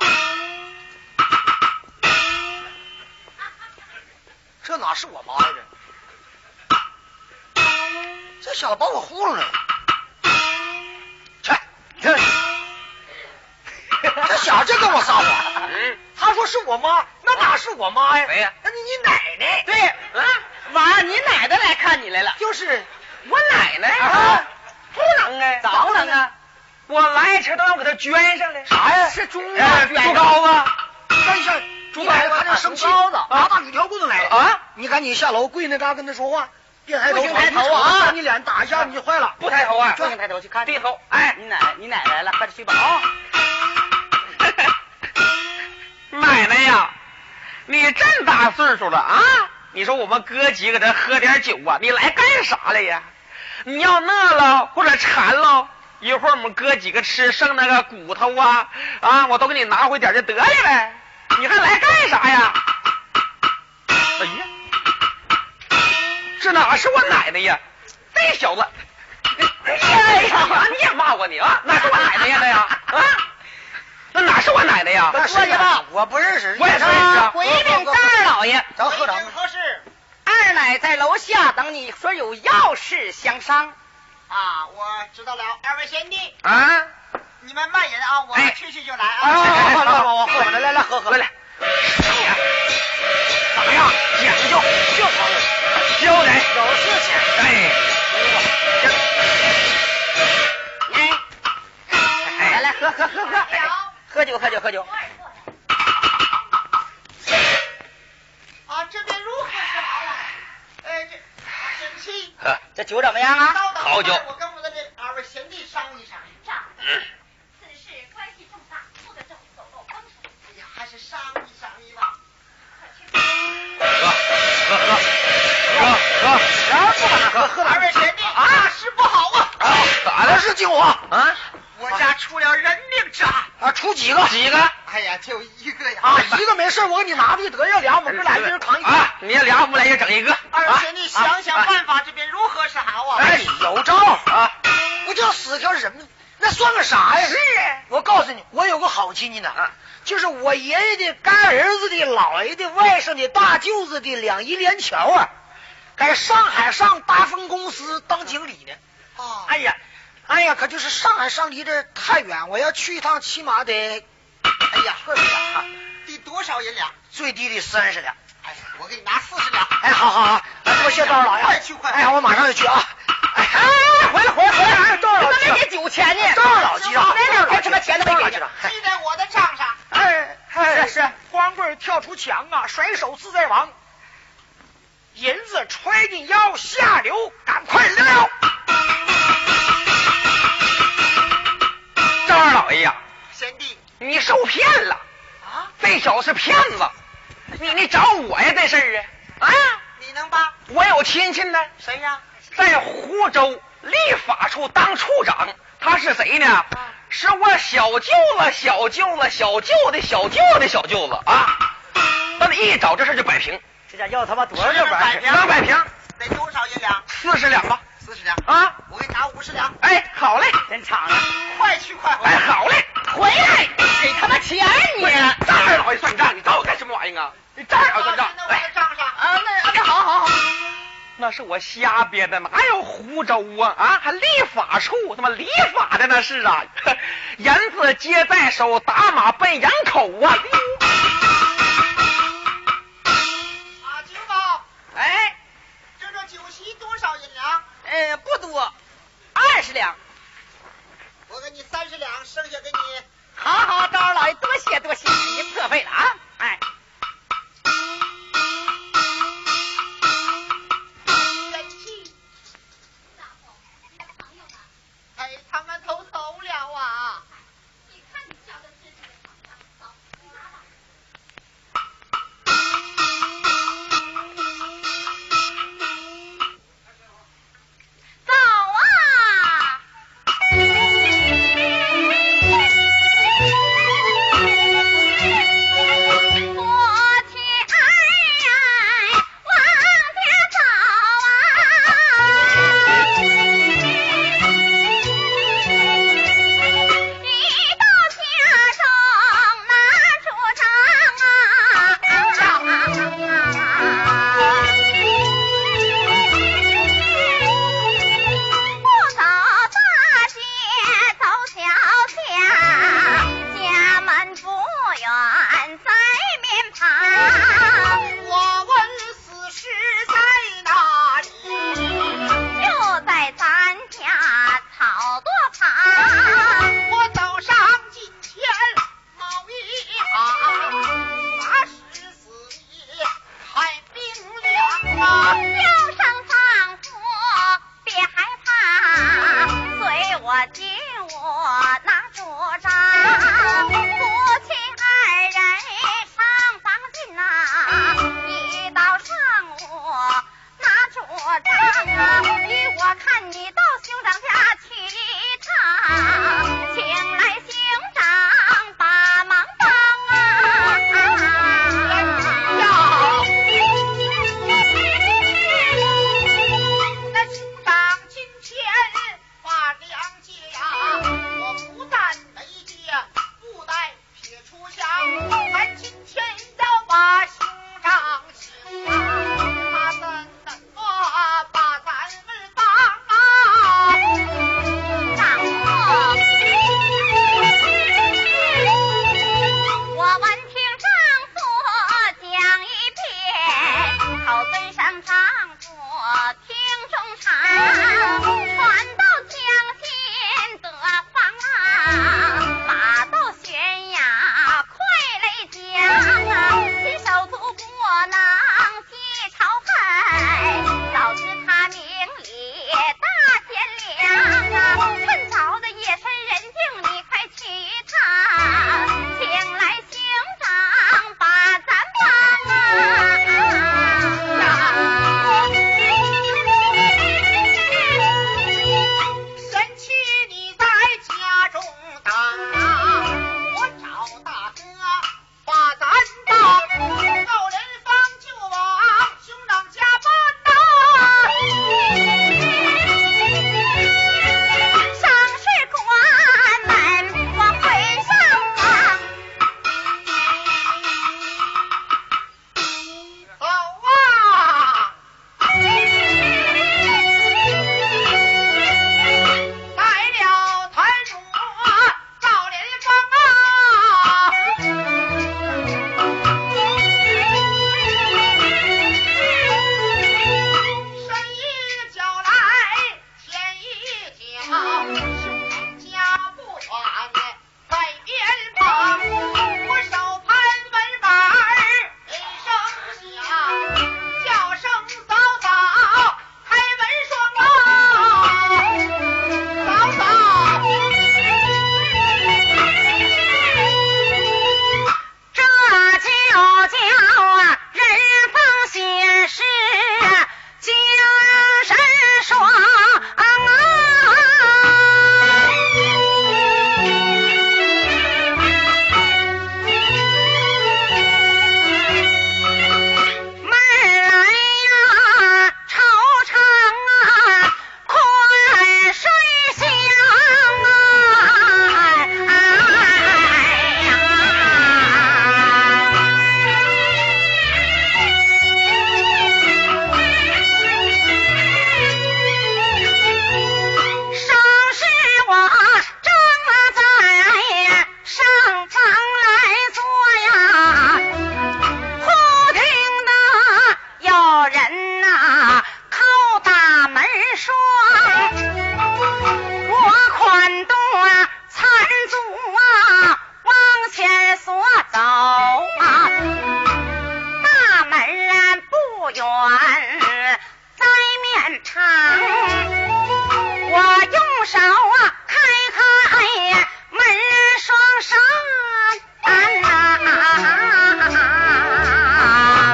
Speaker 4: 这哪是我妈呀？这这小子把我糊弄了。去， *laughs* 这这小子真跟我撒谎。
Speaker 1: 嗯，
Speaker 4: 他说是我妈，那哪是我妈呀？
Speaker 1: 谁哎呀
Speaker 4: 那你你奶奶。
Speaker 2: 对，啊，娃，你奶奶来看你来了。
Speaker 4: 就是
Speaker 2: 我
Speaker 1: 哎
Speaker 2: 奶奶
Speaker 4: 啊，
Speaker 2: 不能啊，咋不能啊？我来车都让我给她捐上来。
Speaker 4: 啥呀？
Speaker 2: 是猪啊，
Speaker 1: 哎猪羔啊，哎
Speaker 4: 干一下，猪奶奶他这生气，拿大铝条棍子来
Speaker 2: 啊！
Speaker 4: 你赶紧下楼跪那嘎跟他说话，别抬头，
Speaker 2: 不行抬头啊
Speaker 4: 打你脸打一下你就坏了。
Speaker 1: 不抬头啊，
Speaker 2: 不能抬头去看，
Speaker 1: 低头。哎，
Speaker 2: 你奶奶，你奶奶来了，快点去吧啊！
Speaker 1: 奶奶呀，你这么大岁数了啊？你说我们哥几个咱喝点酒啊，你来干啥来呀？你要那了或者馋了，一会儿我们哥几个吃剩那个骨头啊啊，我都给你拿回点就得了呗。你还来干啥呀？哎呀，这哪是我奶奶呀？这小子，哎呀，你也骂我你啊？
Speaker 4: 哎
Speaker 1: 哪是我奶奶呀？那呀啊？那哪是我奶奶呀？
Speaker 4: 那
Speaker 2: 说去吧，
Speaker 4: 啊我不认识，
Speaker 1: 我也不认识啊
Speaker 2: 回禀大二老爷，
Speaker 4: 咱喝咱
Speaker 7: 合适
Speaker 2: 二奶在楼下等你，说有要事相商。
Speaker 7: 啊，我知道了。二位贤弟，
Speaker 1: 啊！
Speaker 7: 你们慢饮啊，我
Speaker 1: 哎
Speaker 7: 去去就来
Speaker 4: 啊
Speaker 7: 啊。
Speaker 4: 来来来我喝我的来来喝喝
Speaker 1: 回来。怎么样？讲究就好了，交代有事情。哎，
Speaker 2: 哎，来来喝喝喝喝
Speaker 5: 哎呀，
Speaker 2: 喝酒喝酒喝酒
Speaker 5: 我。耳朵。
Speaker 7: 啊，这边路可是好了，哎，这真气。
Speaker 1: 喝
Speaker 2: 这酒怎么样啊？
Speaker 7: 稍等
Speaker 1: 好酒
Speaker 7: 我跟我的这二位贤弟商议商议。
Speaker 5: 长官，此事关系重大，不得走走漏风声。
Speaker 7: 哎呀，还是商议商议吧。
Speaker 5: 快去。
Speaker 1: 喝喝喝喝喝喝喝
Speaker 7: 二位贤弟，大事不好啊！
Speaker 1: 啊！咋
Speaker 4: 俺
Speaker 1: 了？
Speaker 4: 是金花
Speaker 1: 啊
Speaker 7: 我家出了人命之案。
Speaker 4: 啊，出几个
Speaker 1: 几个
Speaker 7: 哎呀，就一个呀！
Speaker 4: 啊？一个没事，我给你拿去得要俩，我们哥俩一人扛一个。
Speaker 1: 啊！你俩我们俩也整一个。
Speaker 7: 二
Speaker 1: 啊
Speaker 7: 位贤弟，想想办法，这边如何是好啊？
Speaker 1: 哎，有招啊！
Speaker 4: 哎不就死条人命，那算个啥呀？是
Speaker 2: 啊
Speaker 4: 我告诉你，我有个好亲戚
Speaker 1: 啊
Speaker 4: 呢，就是我爷爷的干儿子的姥爷的外甥的大舅子的两姨连桥啊，在上海上大丰公司当经理呢。
Speaker 7: 啊，
Speaker 4: 哎呀，哎呀，可就是上海上离这儿太远，我要去一趟起码得，哎呀，快点啊，
Speaker 7: 得多少银两？
Speaker 4: 最低得三十两。
Speaker 7: 哎呀，我给你拿四十两。
Speaker 4: 哎，好好好，那多谢赵老爷，
Speaker 7: 快去快去
Speaker 4: 哎呀，我马上就去啊！哎
Speaker 2: 哎哎，回来回来回来，
Speaker 4: 哎
Speaker 2: 哎
Speaker 4: 赵老
Speaker 2: 咱
Speaker 4: 爷
Speaker 2: 们，给酒钱呢，
Speaker 4: 赵老吉啊，
Speaker 2: 那两块什么钱都
Speaker 4: 赵
Speaker 2: 没
Speaker 4: 老
Speaker 2: 给
Speaker 4: 吉
Speaker 2: 你
Speaker 4: 啊。
Speaker 7: 记在我的账上。
Speaker 4: 哎哎，
Speaker 2: 是是
Speaker 4: 光棍跳出墙啊，甩手自在王，银子揣进腰，下流，赶快溜！
Speaker 1: 赵二老爷呀，
Speaker 7: 贤弟
Speaker 1: 你受骗了，
Speaker 7: 啊，
Speaker 1: 这小子是骗子，你你找我呀这事儿啊啊！
Speaker 7: 你能帮
Speaker 1: 我有亲戚呢，
Speaker 7: 谁呀？
Speaker 1: 在湖州立法处当处长，他是谁呢？是我小舅子、小舅子、小舅的小舅的小舅子啊！但是一找这事儿就摆平，
Speaker 2: 这家要他妈多
Speaker 7: 少个板平
Speaker 1: 能摆平
Speaker 7: 得多少银两？
Speaker 1: 四十两吧？
Speaker 7: 四十两。
Speaker 1: 啊，
Speaker 7: 我给你拿五十两。
Speaker 1: 哎，好嘞，
Speaker 2: 真长啊！
Speaker 7: 快去快回。
Speaker 1: 哎，好嘞，
Speaker 2: 回来，给他妈钱你！
Speaker 1: 啊大二老爷算账，你找我干什
Speaker 7: 哎
Speaker 1: 哎
Speaker 7: 啊
Speaker 8: 我瞎编的，哪有湖州啊啊？还立法处，他妈立法的那是
Speaker 1: *laughs*
Speaker 8: 啊，言字皆在手，打马奔羊口啊。
Speaker 3: 啊，知道，
Speaker 9: 哎，
Speaker 3: 这这酒席多少银两？
Speaker 9: 呃，不多，二十两。
Speaker 3: 我给你三十两，剩下给你。
Speaker 9: 好好，赵二老爷多谢多谢，您破费了啊！哎，
Speaker 3: 真气！哎，他们都走了啊！
Speaker 5: 走啊！昨天哎，往边走啊！一到家中拿出账啊！不走大街走小巷，家门不远在面旁。
Speaker 3: 我问死尸在哪里？
Speaker 5: 就在咱家草垛旁，
Speaker 3: 啊我走上今天某一行，把十死你害冰凉啊！
Speaker 5: 叫上丈夫别害怕，随我进屋拿主张，夫妻二人上房进呐、一到上午拿主张啊，依我看你到兄长家去一趟，请来兄长把忙帮啊！
Speaker 3: 那兄啊长今天把娘家，我不但没见，啊
Speaker 5: 啊啊
Speaker 3: 啊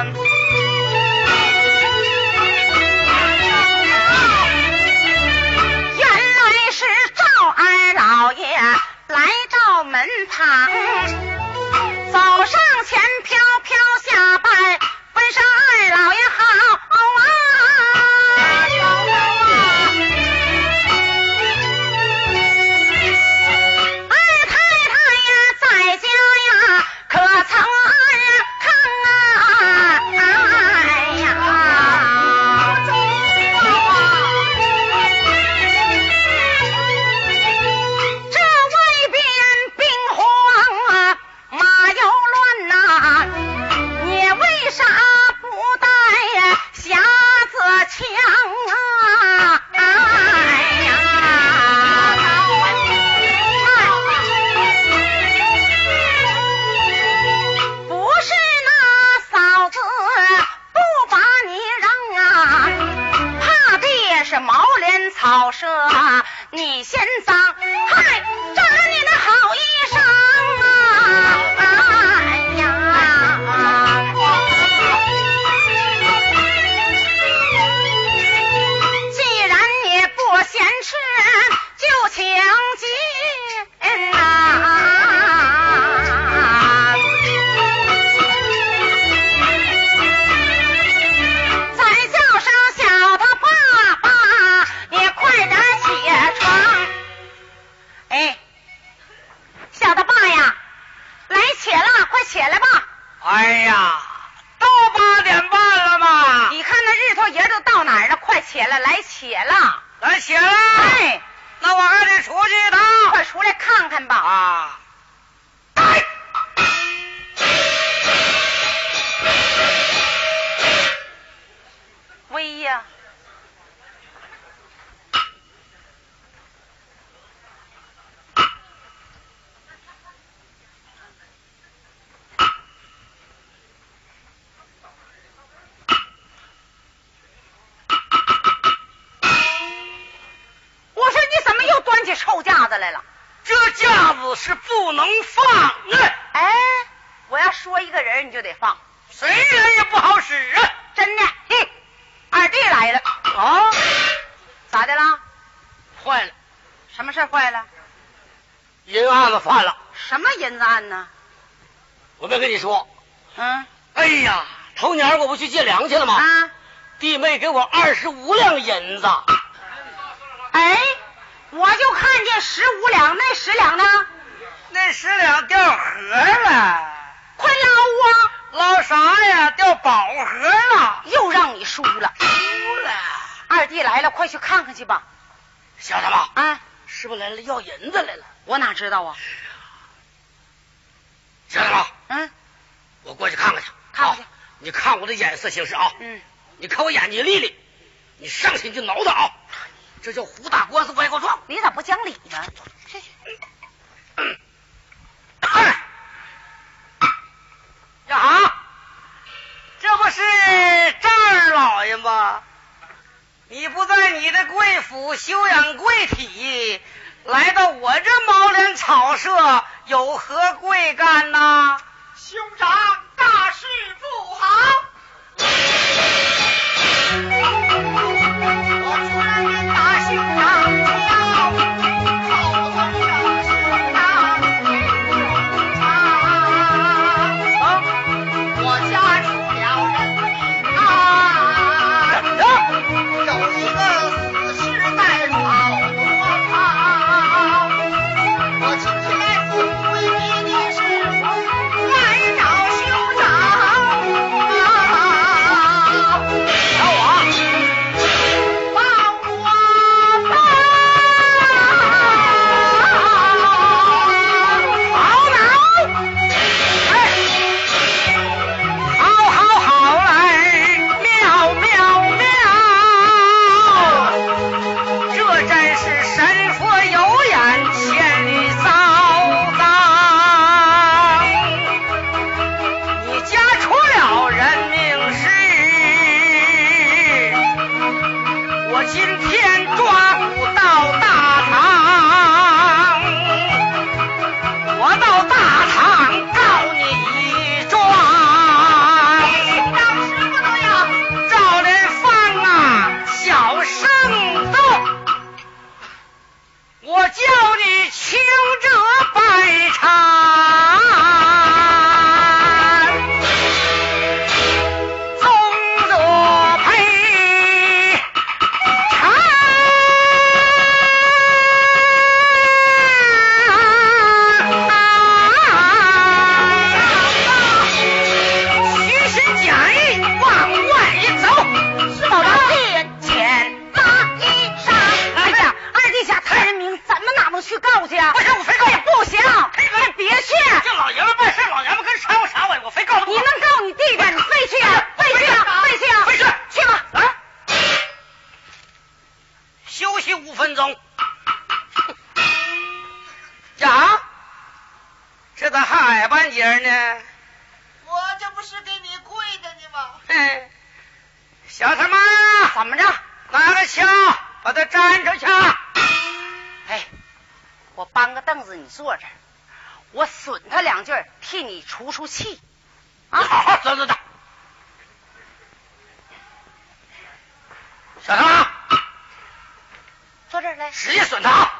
Speaker 2: 啊啊
Speaker 5: 哎哎啊哎啊哎啊啊哎哎啊
Speaker 2: 老舍，你嫌脏，嗨，这儿你那好衣裳啊！哎呀，既然你哎不嫌吃，就请进呐。再叫声小的爸爸，你快点起床。哎，小的爸呀，来起了，快起来吧！
Speaker 1: 哎呀，都八点半了嘛，
Speaker 2: 你看那日头爷都到哪儿了？快起来，来起了！
Speaker 1: 来起来，
Speaker 2: 哎，
Speaker 1: 那我还得出去一趟。
Speaker 2: 快出来看看吧！
Speaker 1: 啊！
Speaker 2: 威呀！我说你怎么又端起臭架子来了？
Speaker 1: 这架子是不能放啊，
Speaker 2: 哎，我要说一个人，你就得放，
Speaker 1: 谁人也不好使啊。
Speaker 2: 真的。嘿，二弟来了，哦
Speaker 1: 啊，
Speaker 2: 咋的啦？
Speaker 1: 坏了，
Speaker 2: 什么事儿坏了？
Speaker 1: 银案子犯了。
Speaker 2: 什么银子案呢？
Speaker 1: 我没跟你说，
Speaker 2: 嗯
Speaker 1: 哎呀，头年我不去借粮去了吗？
Speaker 2: 啊，
Speaker 1: 弟妹给我二十五两银子，
Speaker 2: 哎，我就看见十五两，那十两呢？
Speaker 1: 那十两掉河了。
Speaker 2: 快捞啊！
Speaker 1: 捞啥呀？掉宝盒了。
Speaker 2: 又让你输了，
Speaker 1: 输了。
Speaker 2: 二弟来了，快去看看去吧。
Speaker 1: 小子嘛，
Speaker 2: 啊，
Speaker 1: 师傅来了，要银子来了。
Speaker 2: 我哪知道啊？
Speaker 1: 小子嘛，
Speaker 2: 嗯
Speaker 1: 我过去看看去。
Speaker 2: 看看去
Speaker 1: 啊你看我的眼色行事啊。
Speaker 2: 嗯，
Speaker 1: 你看我眼睛利利，你上去你就挠他啊。这叫胡打官司歪告状。
Speaker 2: 你咋不讲理呢？
Speaker 1: 哎呀啊，这不是张二老爷吗？你不在你的贵府修养贵体，来到我这茅帘草舍，有何贵干呐？
Speaker 3: 兄长大事不好！我出来人打兄长叫，口头上兄长日不容长。我家出了人命啊！
Speaker 1: 怎的？
Speaker 3: 有一个死尸在跑多旁，我今天来送回给你是来找兄长啊，
Speaker 1: 找我？
Speaker 3: 帮我吧！
Speaker 1: 好挠！哎，好好好来，妙妙妙！这真是神佛有眼，千里昭彰。你家出了人命事，我今天抓捕到大堂，我到大堂告你一状，
Speaker 3: 让师傅都要。
Speaker 1: 赵连芳啊，小圣奏，我叫你轻者百禅，重者赔偿。虚实假意往外走，
Speaker 2: 保证地捡大衣裳。哎呀，二弟家他人名，咱们哪能去告去啊？
Speaker 1: 不行我非告
Speaker 2: 也不行，也别去。
Speaker 1: 这老爷们办事，老爷们跟掺和啥我我非告诉
Speaker 2: 你能告你弟弟，你非去啊，非去啊，非去啊，
Speaker 1: 非去
Speaker 2: 去吧。
Speaker 1: 啊！休息五分钟。 *laughs* 呀，这咋还矮半截呢？
Speaker 3: 我这不是给你跪着呢吗？
Speaker 1: 嘿，小他妈呀，
Speaker 2: 怎么着？
Speaker 1: 拿个枪把他粘出去。
Speaker 9: 哎，我搬个凳子你坐这儿，我损他两句，替你出出气。
Speaker 1: 啊，好好走走走。小唐，
Speaker 9: 坐这儿来，
Speaker 1: 使劲损他啊！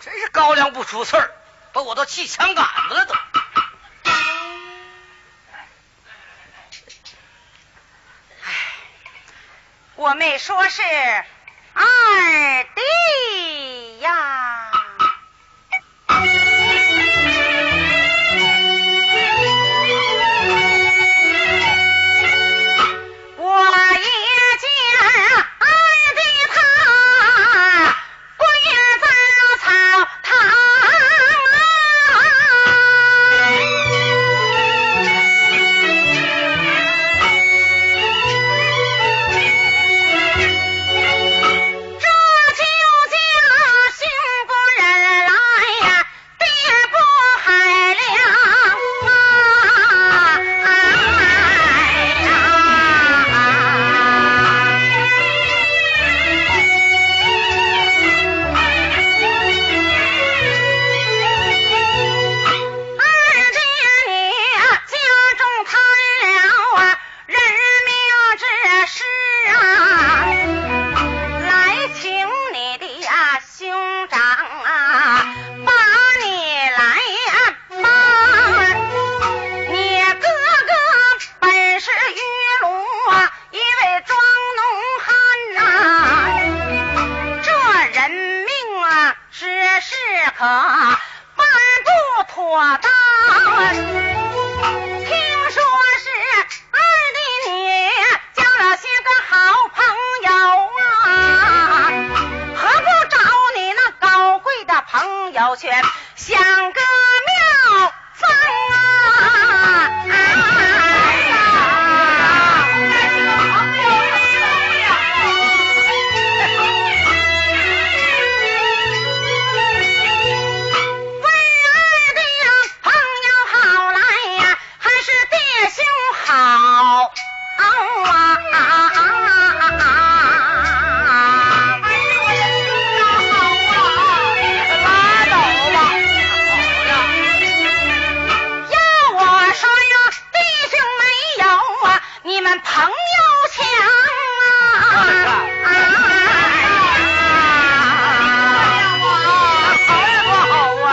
Speaker 1: 真是高粱不出刺儿，把我都气枪杆子了都。
Speaker 2: 我没说是二弟呀。我一见二弟他跪在草堂啊。这就叫行不忍来呀，跌不海凉啊！哎呀！二姐你家中贪了啊，人命之事啊，来请你的呀兄长啊，帮你来呀帮，你哥哥本是鱼鲁啊，一位庄农汉呐、这人命啊，只是可办不妥当。听说是二弟你交了些个好朋友啊，何不找你那高贵的朋友去想个妙方啊？哎问二弟呀，朋友好来呀，还是弟兄好啊？哎呦，我这兄长好啊！拉倒吧，要我说呀，弟兄没有啊，你们朋友强啊！哎呀，我好也不好啊！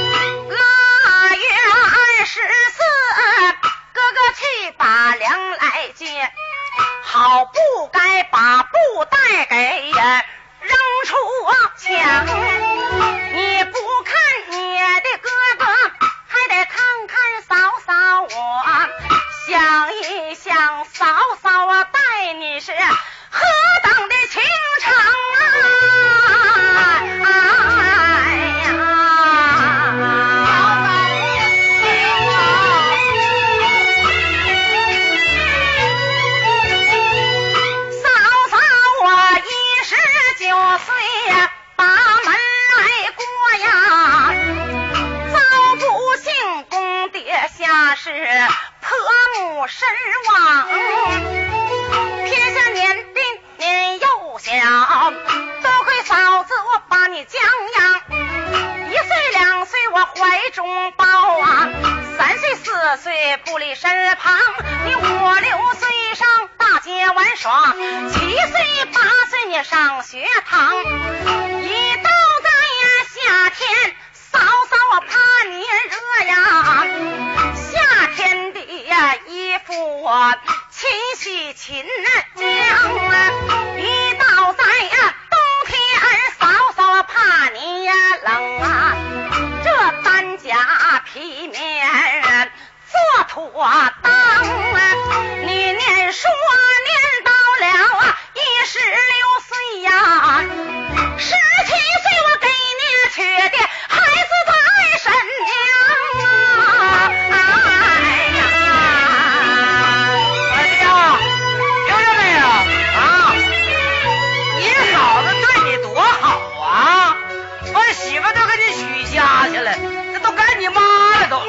Speaker 2: 腊月二十四，哥哥去把粮来接，好不该把布袋给呀扔出墙。你不看你的哥哥，还得看看嫂嫂我，想一想嫂嫂啊，待你是何等的情长啊！哎呀！嫂嫂，我一十九岁呀，把门来过呀，遭不幸公爹下是婆母身亡，撇下年丁年幼小，多亏嫂子我把你将养，一岁两岁我怀中抱啊，三岁四岁不离身旁，你五六岁上大街玩耍，七岁八岁你上学堂，一到在呀夏天，嫂嫂我怕你热呀，夏天的呀衣服我勤洗勤晾啊，一到在呀冬天儿嫂嫂我怕你呀冷啊，这单甲皮面儿做妥当啊，你念书啊念到了啊一十六岁呀、十七岁我给你娶的孩子的二婶娘啊！哎呀，
Speaker 1: 哎呀，听见没有啊？你嫂子对你多好啊！我媳妇都给你娶家去了，这都该你妈了都。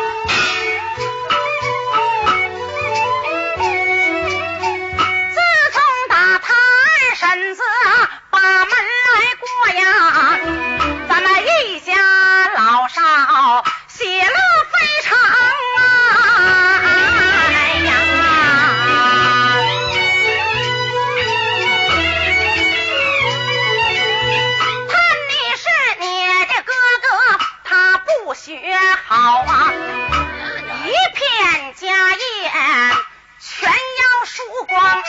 Speaker 2: 最身子把门来过呀，咱们一家老少喜乐非常啊！哎呀，看你是你的哥哥，他不学好啊，一片家业全要输光，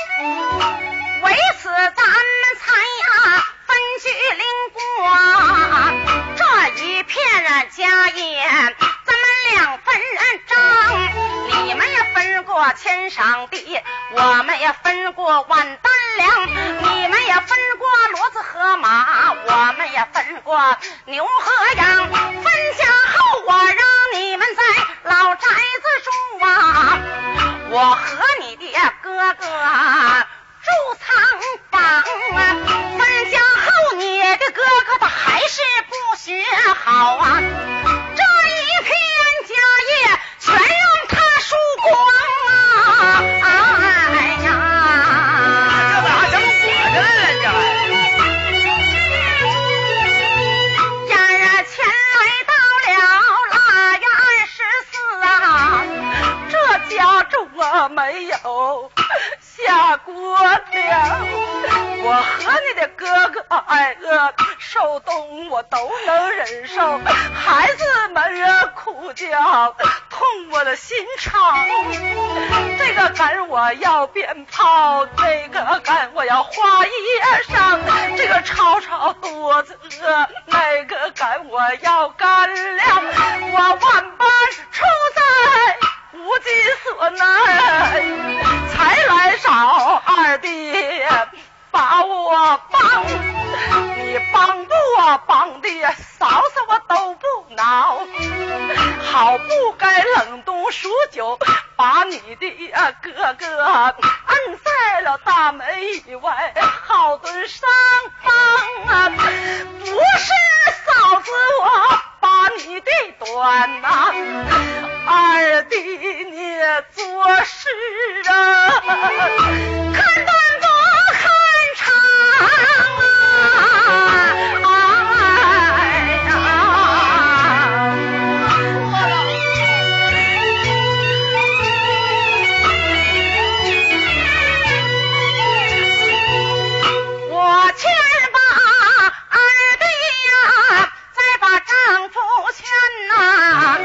Speaker 2: 为此咱们才呀、分居邻国啊，这一片啊家业咱们两分账，你们也分啊过千晌地，我们也分过万担粮，你们也分过骡子和马，我们也分过牛和羊，分家后我让你们在老宅子住啊。我和你的哥哥住仓房啊，分家后你的哥哥他还是不学好啊，这一片家业全让他输光啊！哎呀，
Speaker 1: 这咋还成我的了呢？这玩意儿
Speaker 2: 眼儿前来到了腊月二十四啊，这家中我没有下锅粮，我和你的哥哥挨饿受冻我都能忍受，孩子们啊苦叫痛我的心肠，这个赶我要鞭炮，那个赶我要花衣裳，这个吵吵肚子饿，那个赶我要干粮，我万般出在无计所奈，才来找二弟把我帮，你帮不我帮的，嫂嫂我都不恼，好不该冷冻数九，把你的啊哥哥摁在了大门以外，好顿伤疤啊，不是嫂子我把你的短呐、二弟你做事啊，看短不看长啊！哎呀，我亲把二弟哎呀，再把丈夫劝呐、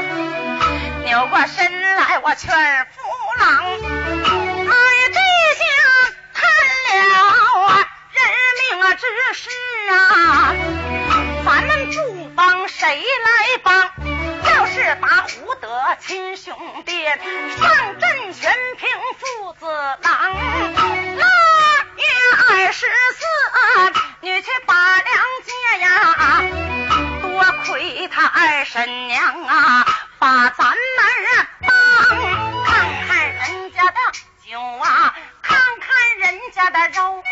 Speaker 2: 扭过身来我劝夫郎，二弟兄看了啊人命啊之事啊，咱们不帮谁来帮？就是打胡德亲兄弟上阵全凭父子郎，腊月二十四，你去把粮借呀。多亏他二婶娘啊，把咱们帮，看看人家的酒啊，看看人家的肉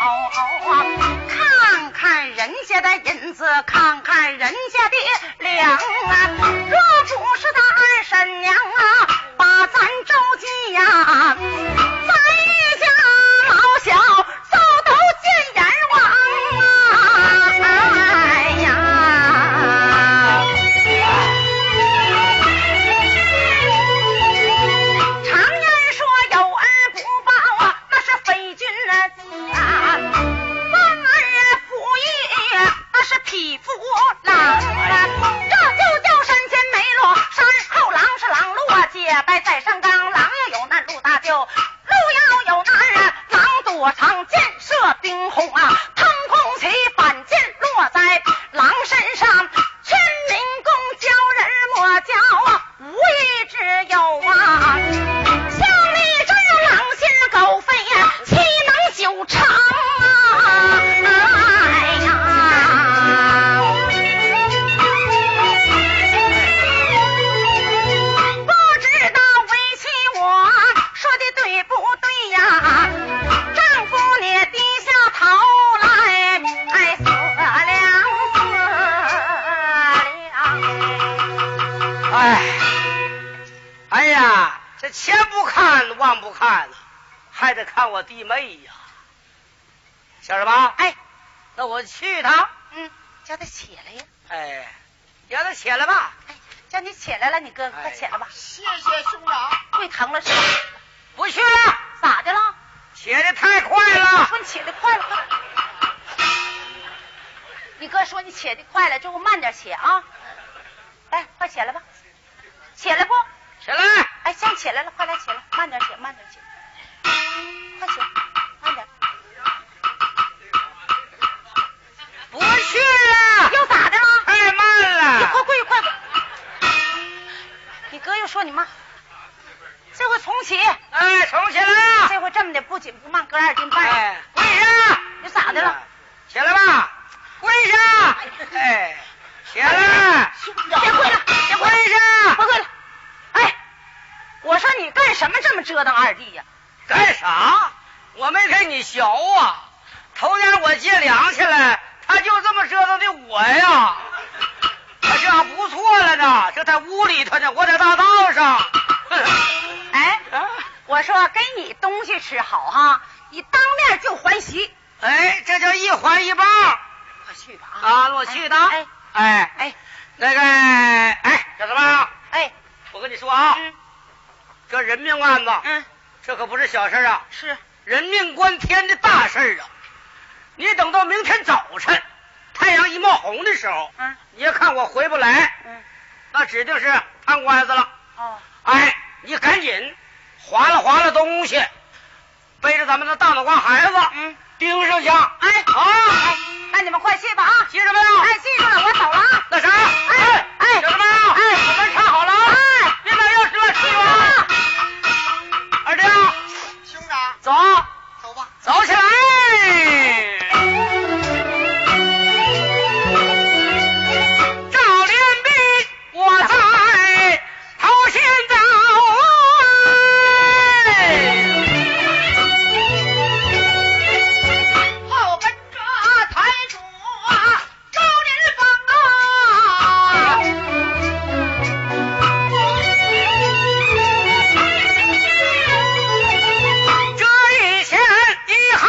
Speaker 2: 啊，看看人家的银子，看看人家的粮啊。若不是他二婶娘啊，把咱周济呀、咱一家老小早都见阎王啊！哎呀，常言说有恩不报啊，那是非君子啊；忘恩负义，啊那是匹夫狼啊。这就叫山前没路，山后狼是狼路啊，结拜在山岗，狼有难路大就路要有难啊，狼躲藏箭射丁红啊，腾空起板箭落在狼身上。劝民工教人莫教啊，无一之有啊。像你这样狼心狗肺呀，岂能久长啊？哎呀！不知道为妻我说的对不对呀？丈夫你低下头来，哎，思量思量。
Speaker 1: 哎，哎呀，这千不看万不看呐，还得看我弟妹呀。
Speaker 9: 小二八，
Speaker 2: 哎，
Speaker 9: 那我去一趟。
Speaker 2: 嗯，叫他起来呀，
Speaker 9: 哎，让他起来吧。
Speaker 2: 叫你起来了，你哥，
Speaker 9: 哎
Speaker 2: 快起来吧，
Speaker 3: 谢谢兄长。
Speaker 2: 胃疼了是吧？
Speaker 9: 不去了，
Speaker 2: 咋的了？
Speaker 9: 起的太快
Speaker 2: 我
Speaker 9: 了
Speaker 2: 说。你起得快了，快点你哥说你起得快了，之后慢点起啊。来，快起来吧，起来不？
Speaker 9: 起来，
Speaker 2: 哎，站起来了，快点起来，慢点起，慢点起，快起，慢点。
Speaker 9: 不去了，
Speaker 2: 又咋的了？
Speaker 9: 太慢
Speaker 2: 你快
Speaker 9: 了。
Speaker 2: 跪，快跪！你哥又说你慢，这回重起。
Speaker 9: 哎，重起来啊。
Speaker 2: 这回这么的，不紧不慢，哥二斤半。
Speaker 9: 哎，跪下。
Speaker 2: 啊你咋的了？？
Speaker 9: 起来吧，跪下。哎，起来，
Speaker 2: 别跪了，别跪
Speaker 9: 跪
Speaker 2: 了，
Speaker 9: 下
Speaker 2: 别。跪了。哎，我说你干什么这么折腾二弟呀、
Speaker 9: 干啥？我没跟你学啊！头年我借粮去了，他就这么折腾的我呀。他这样不错了呢，这在屋里头呢，我在大道上。
Speaker 2: 哎
Speaker 9: 啊，
Speaker 2: 我说给你东西吃好哈，你当面就还席。
Speaker 9: 哎，这叫一环一报
Speaker 2: 快去吧
Speaker 9: 啊！我去的。
Speaker 2: 哎
Speaker 9: 哎
Speaker 2: 哎
Speaker 9: 那个哎，叫什么？
Speaker 2: 哎，
Speaker 9: 我跟你说啊，
Speaker 2: 嗯
Speaker 9: 这人命案子，
Speaker 2: 嗯，
Speaker 9: 这可不是小事儿啊，
Speaker 2: 是
Speaker 9: 人命关天的大事儿啊！你等到明天早晨，太阳一冒红的时候，
Speaker 2: 嗯
Speaker 9: 你要看我回不来，
Speaker 2: 嗯
Speaker 9: 那指定是判官司了。
Speaker 2: 哦，
Speaker 9: 哎，你赶紧划拉划拉东西，背着咱们的大脑瓜孩子，
Speaker 2: 嗯，
Speaker 9: 盯上去。哎，好，
Speaker 2: 哎，那你们快去吧啊！
Speaker 9: 记着没有？
Speaker 2: 哎，记住了，我走了啊！
Speaker 9: 那啥，哎
Speaker 2: 哎
Speaker 9: 小什么？哎，我们看好了
Speaker 2: 哎
Speaker 9: 啊！别把钥匙乱吃
Speaker 2: 啊
Speaker 9: 啊！二弟啊，
Speaker 3: 兄长，
Speaker 9: 走，
Speaker 3: 走吧。
Speaker 9: 走起来！赵连兵，我在头先走哎。
Speaker 3: 后跟着台主啊，赵连芳啊，
Speaker 9: 这一前一后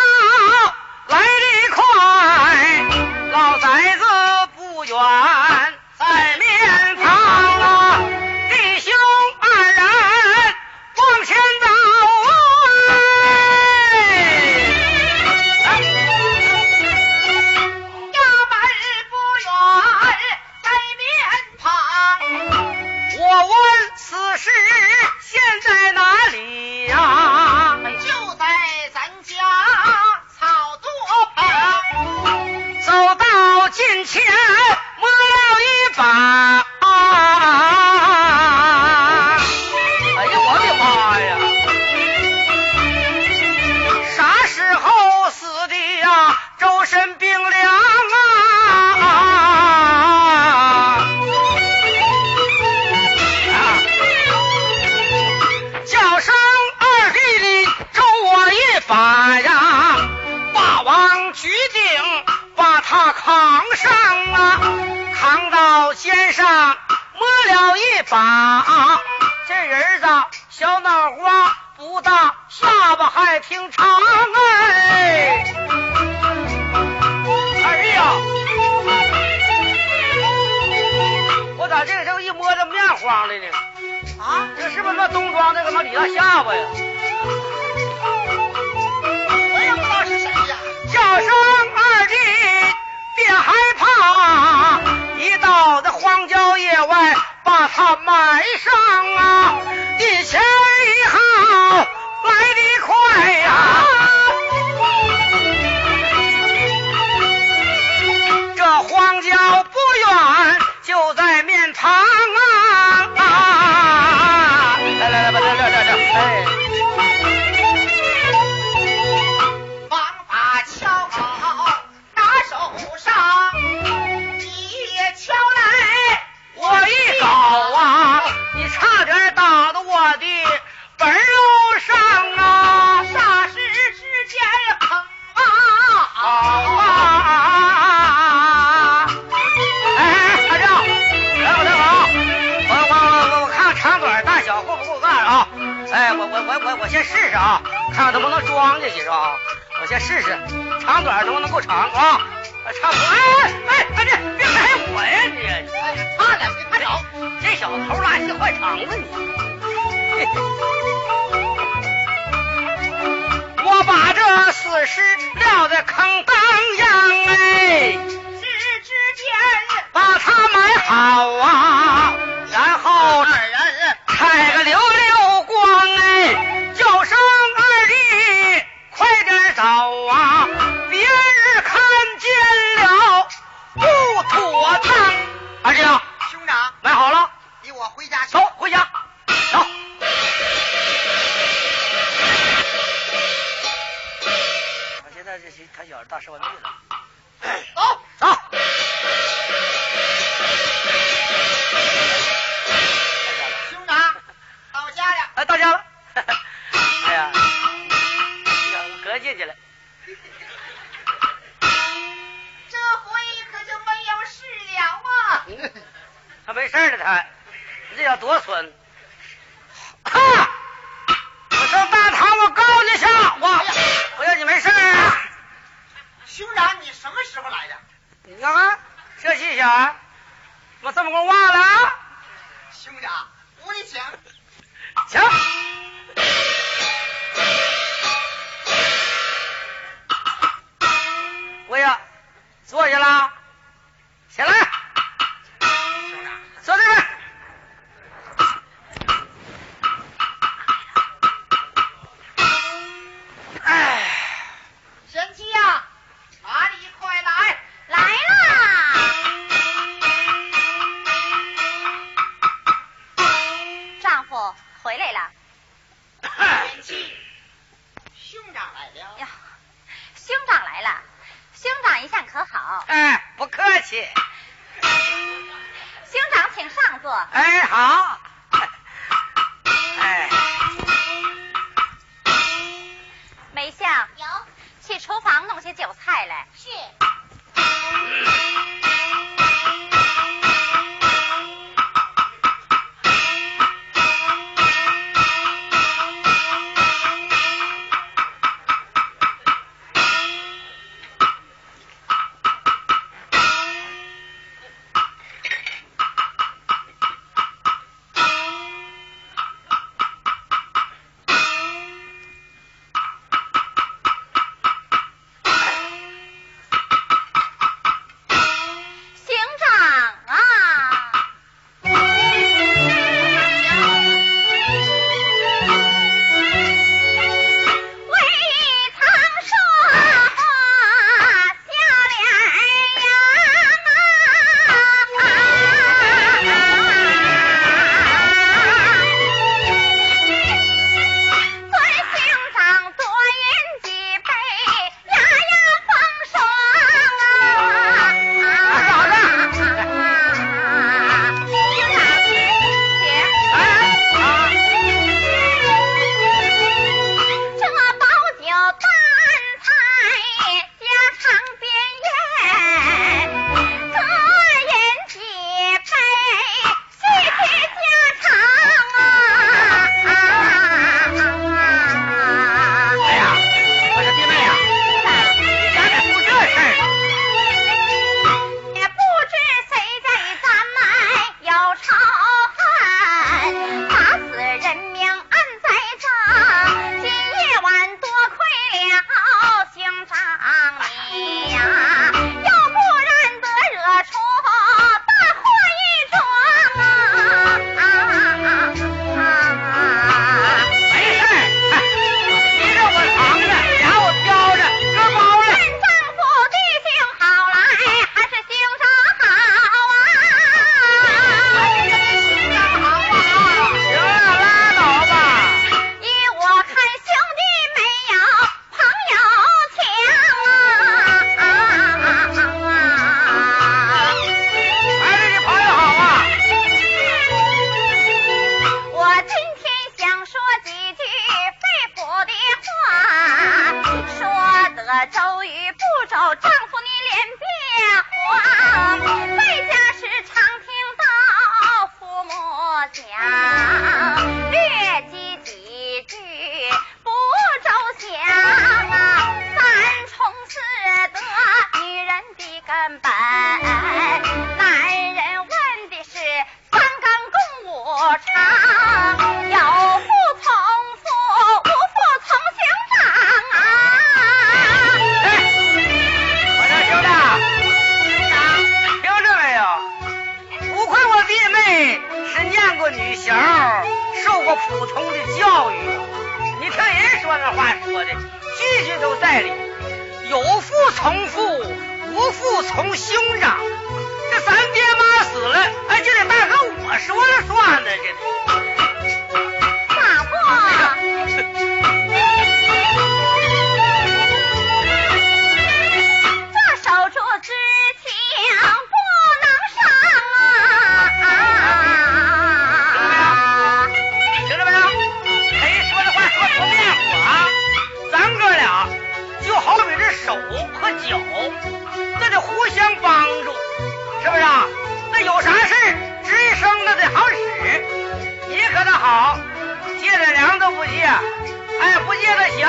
Speaker 9: 来得快，老宅子不远在面堂啊，弟兄二人往前走哎。
Speaker 3: 衙门不远在面旁，
Speaker 9: 我问此事现在哪里呀、
Speaker 3: 就在咱家草垛
Speaker 2: 哦
Speaker 3: 旁。
Speaker 9: 走到近前摸了一把。哎呀，我的妈呀！啥时候死的呀、周身冰凉啊！啊叫声二弟你周我一把呀，霸王举鼎把他扛上啊，扛到肩上摸了一把，这人子小脑瓜不大，下巴还挺长哎。二弟哎呀，我咋这个时候一摸这面黄的呢？啊，这是不是那冬装那个那里大下巴呀？
Speaker 3: 我也不知道是谁呀，
Speaker 9: 叫声二弟，别害怕，一到那荒郊野外把他埋上啊，一前一后来得快哎呀、这荒郊不远，就在面旁啊！啊来来来，把这撂撂撂，哎。
Speaker 3: 忙把敲好拿手上，你也敲来
Speaker 9: 我一搞啊，你差点打到我的本肉上啊！
Speaker 3: 霎时之间砰
Speaker 9: 啊
Speaker 3: 啊！
Speaker 9: 啊！哎哎，大将，来我来我啊！我我我我看看长短大小够不够干啊！哎，我我我我我先试试啊，看看能不能装进去是吧？我
Speaker 1: 先试试，长短能不能够长啊？差不多。哎哎哎，别别来我呀你！
Speaker 2: 差点没看着。
Speaker 1: 这小子头拉稀坏肠子你。嘿嘿我把这死尸撂在坑当央哎，
Speaker 3: 是之间
Speaker 1: 把它埋好啊，然后
Speaker 4: 二人
Speaker 1: 踩个溜溜光
Speaker 9: 啊
Speaker 1: 哎，叫声二弟快点找啊，别人看见了不妥当。二弟啊，
Speaker 4: 兄长，
Speaker 1: 买好了，
Speaker 4: 你我回家去
Speaker 1: 走。回家，走。我现在这谁他小子大蛇丸子了，
Speaker 2: 走，
Speaker 1: 走。
Speaker 4: 兄长，到家了。
Speaker 1: 哎，到家了。哎呀，我哥进去了。
Speaker 3: 这回可就没有事了啊！
Speaker 1: *laughs* 他没事儿了，他，你这叫多损！啊！我上大堂，我告你去，我我要你没事儿啊！
Speaker 4: 兄长，你什么时候来的？
Speaker 1: 你干嘛？这细小儿，啊我这么给我忘了啊？
Speaker 4: 兄长，危险！
Speaker 1: 行。喂呀，坐下啦，起来，坐这边。哎，
Speaker 2: 神机呀，哪里快来！
Speaker 5: 来啦！丈夫回来了
Speaker 4: 哎兄长来了，
Speaker 5: 呀，兄长来了，兄长一向可好？
Speaker 1: 哎，不客气。
Speaker 5: 兄长请上座。
Speaker 1: 哎，好。哎，
Speaker 5: 梅香，
Speaker 3: 有
Speaker 5: 去厨房弄些酒菜来。
Speaker 3: 是哎啊哎哎
Speaker 1: 哎
Speaker 5: 啊啊哎啊啊啊啊啊啊哎根本。男人问的是三纲共五常，有父从父，无父从兄长啊。
Speaker 1: 我说兄弟，听着没有？不愧我弟妹嗯是念过女校，受过普通的教育。你听人说那话说的，句句都在理。有父从父，无父从兄长。这咱爹妈死了，哎，就得大哥我说了算呢，这。
Speaker 5: 马步，这手足之情不能伤啊！
Speaker 1: 听着没有？谁说的话说不灭火啊！咱哥俩就好比这手和脚，那得互相帮助，是不是啊？那有啥事儿吱一声，那得好使。你可那好，借点粮都不借，哎，不借那行，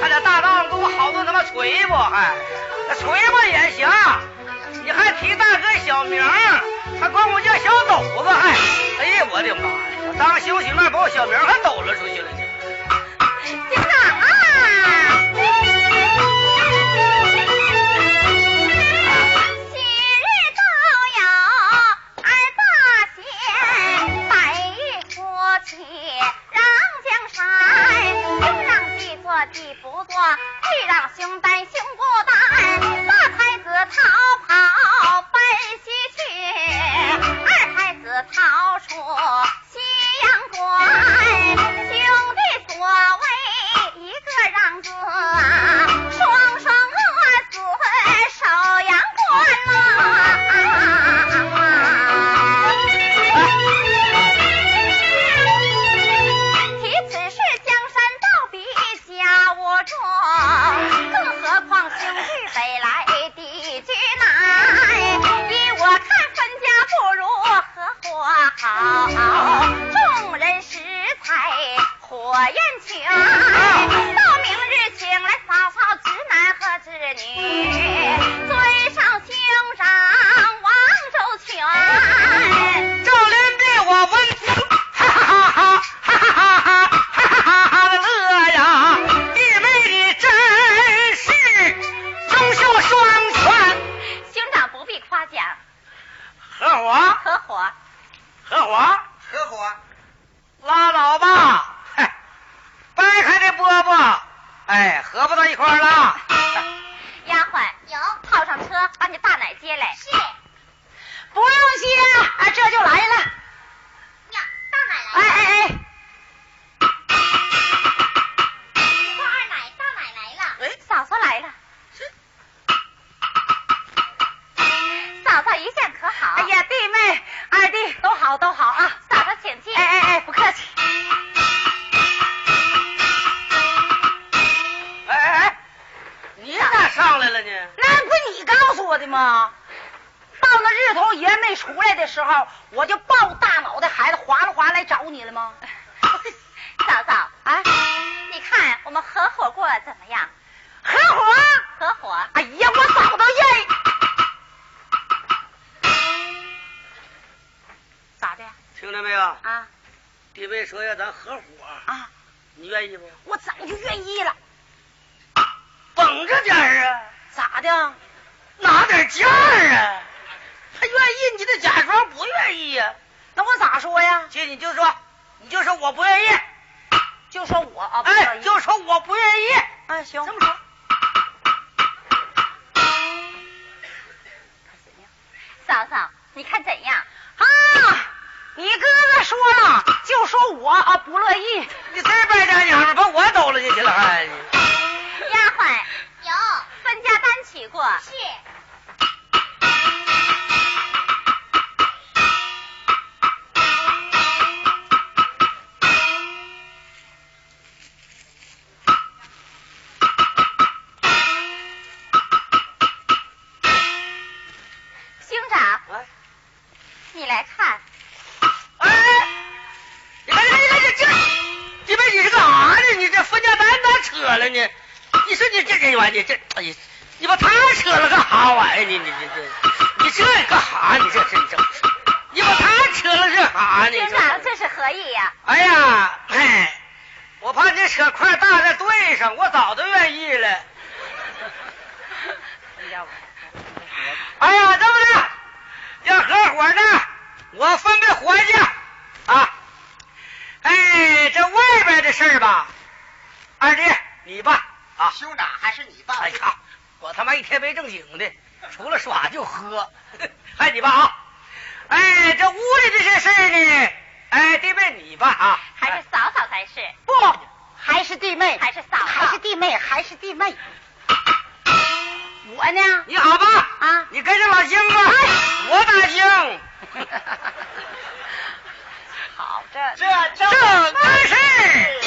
Speaker 1: 还在大道上给我好多他妈锤哎吧，还、那锤吧也行，你还提大哥小名儿，还管我叫小斗子，还、哎呀，我的妈呀！我当休息那把我小名儿还抖了出去了呢。
Speaker 5: 警长啊！昔日道友二八贤，百日过去让江山。兄让弟做，弟不做；弟让兄担，兄不担。大太子逃跑奔西去，二太子逃出西洋关。兄弟所谓一个让字啊，双双饿死守阳关呐。提此事，江山到比家无重，更何况兄弟北来弟居南。依我看，分家不如合伙好，众人拾柴火焰全。到明日，请来嫂嫂、侄男和侄女，尊上兄长王周全。
Speaker 1: 赵连璧，我闻听，哈哈哈哈哈哈哈哈哈哈哈的乐呀！弟妹你真是忠孝双全。
Speaker 5: 兄长不必夸奖，
Speaker 1: 合伙，
Speaker 5: 合 *laughs* 伙。
Speaker 1: 合伙，
Speaker 3: 合伙，
Speaker 1: 拉倒吧！嗨，掰开这饽饽，哎，合不到一块儿了。
Speaker 5: 丫鬟，有套上车，把你大奶接来。是。呀，
Speaker 2: 不用谢，啊，这就来了。
Speaker 5: 大
Speaker 2: 哎
Speaker 5: 奶来了。
Speaker 2: 哎哎，
Speaker 5: 花二奶，大奶来了。哎嫂嫂来了。嫂嫂一向可好？
Speaker 2: 哎，呀，弟妹、二弟都好都好啊！
Speaker 5: 嫂嫂请进。
Speaker 2: 哎哎哎，不客气。
Speaker 1: 哎哎哎，你咋上来了呢？
Speaker 2: 那不你告诉我的吗？到那日头爷没出来的时候，我就抱大脑袋孩子哗啦哗啦来找你
Speaker 1: *laughs*
Speaker 2: 了吗？
Speaker 5: 嫂嫂，
Speaker 2: 啊，
Speaker 5: 哎你看我们合伙过怎么样？
Speaker 2: 合伙！
Speaker 5: 合伙。
Speaker 2: 哎呀，我早都愿意。咋的
Speaker 1: 听着没有？
Speaker 2: 啊
Speaker 1: 弟妹说要咱合伙，
Speaker 2: 啊？
Speaker 1: 你愿意不？
Speaker 2: 我早就愿意了。
Speaker 1: 绷着点儿啊，
Speaker 2: 咋的？
Speaker 1: 拿点价儿啊。他愿意，你得假装不愿意呀、
Speaker 2: 那我咋说呀？
Speaker 1: 这你就说，你就说我不愿意，
Speaker 2: 就说我啊，不
Speaker 1: 哎，
Speaker 2: 愿意
Speaker 1: 就说我不愿意。
Speaker 2: 哎行，
Speaker 1: 这么说，
Speaker 5: 嫂嫂，你看怎样？
Speaker 2: 啊，你哥哥说了，就说我啊不乐意。
Speaker 1: 你这败家娘们儿把我抖了进去了，还、
Speaker 5: 丫鬟有分家单取过，是兄长，
Speaker 4: 啊
Speaker 1: 哎
Speaker 5: 你来看，
Speaker 1: 哎，你看你看你看这这，这边你是干啥呢？你这分家单咋扯了呢？你说你这人玩意这，哎呀，你把他扯了干啥妈玩意儿，你你你这，你这干哈？你这是你这，你把他扯了是啥呢？你
Speaker 2: 院
Speaker 1: 说
Speaker 2: 长，这是何意呀、
Speaker 1: 哎呀，哎，我怕你扯块大的对上，我早都愿意了。哎呀，这么的，要合伙呢，我分配伙计啊。哎，这外边的事儿吧，二弟你办啊。
Speaker 3: 兄长还是你办
Speaker 1: 哎呀，我他妈一天没正经
Speaker 3: *laughs*
Speaker 1: 的，除了耍就喝，还你爸啊！哎，这屋里这些事儿呢，哎，弟妹你爸啊，
Speaker 4: 哎
Speaker 5: 还是嫂嫂才是，
Speaker 4: 不，还是弟妹，
Speaker 5: 还是嫂嫂，
Speaker 4: 还是弟妹，还是弟妹。我呢？
Speaker 1: 你好吧？
Speaker 4: 啊
Speaker 1: 你跟着老星吧，我打星。
Speaker 5: 好这
Speaker 1: 这正合适。
Speaker 5: 啊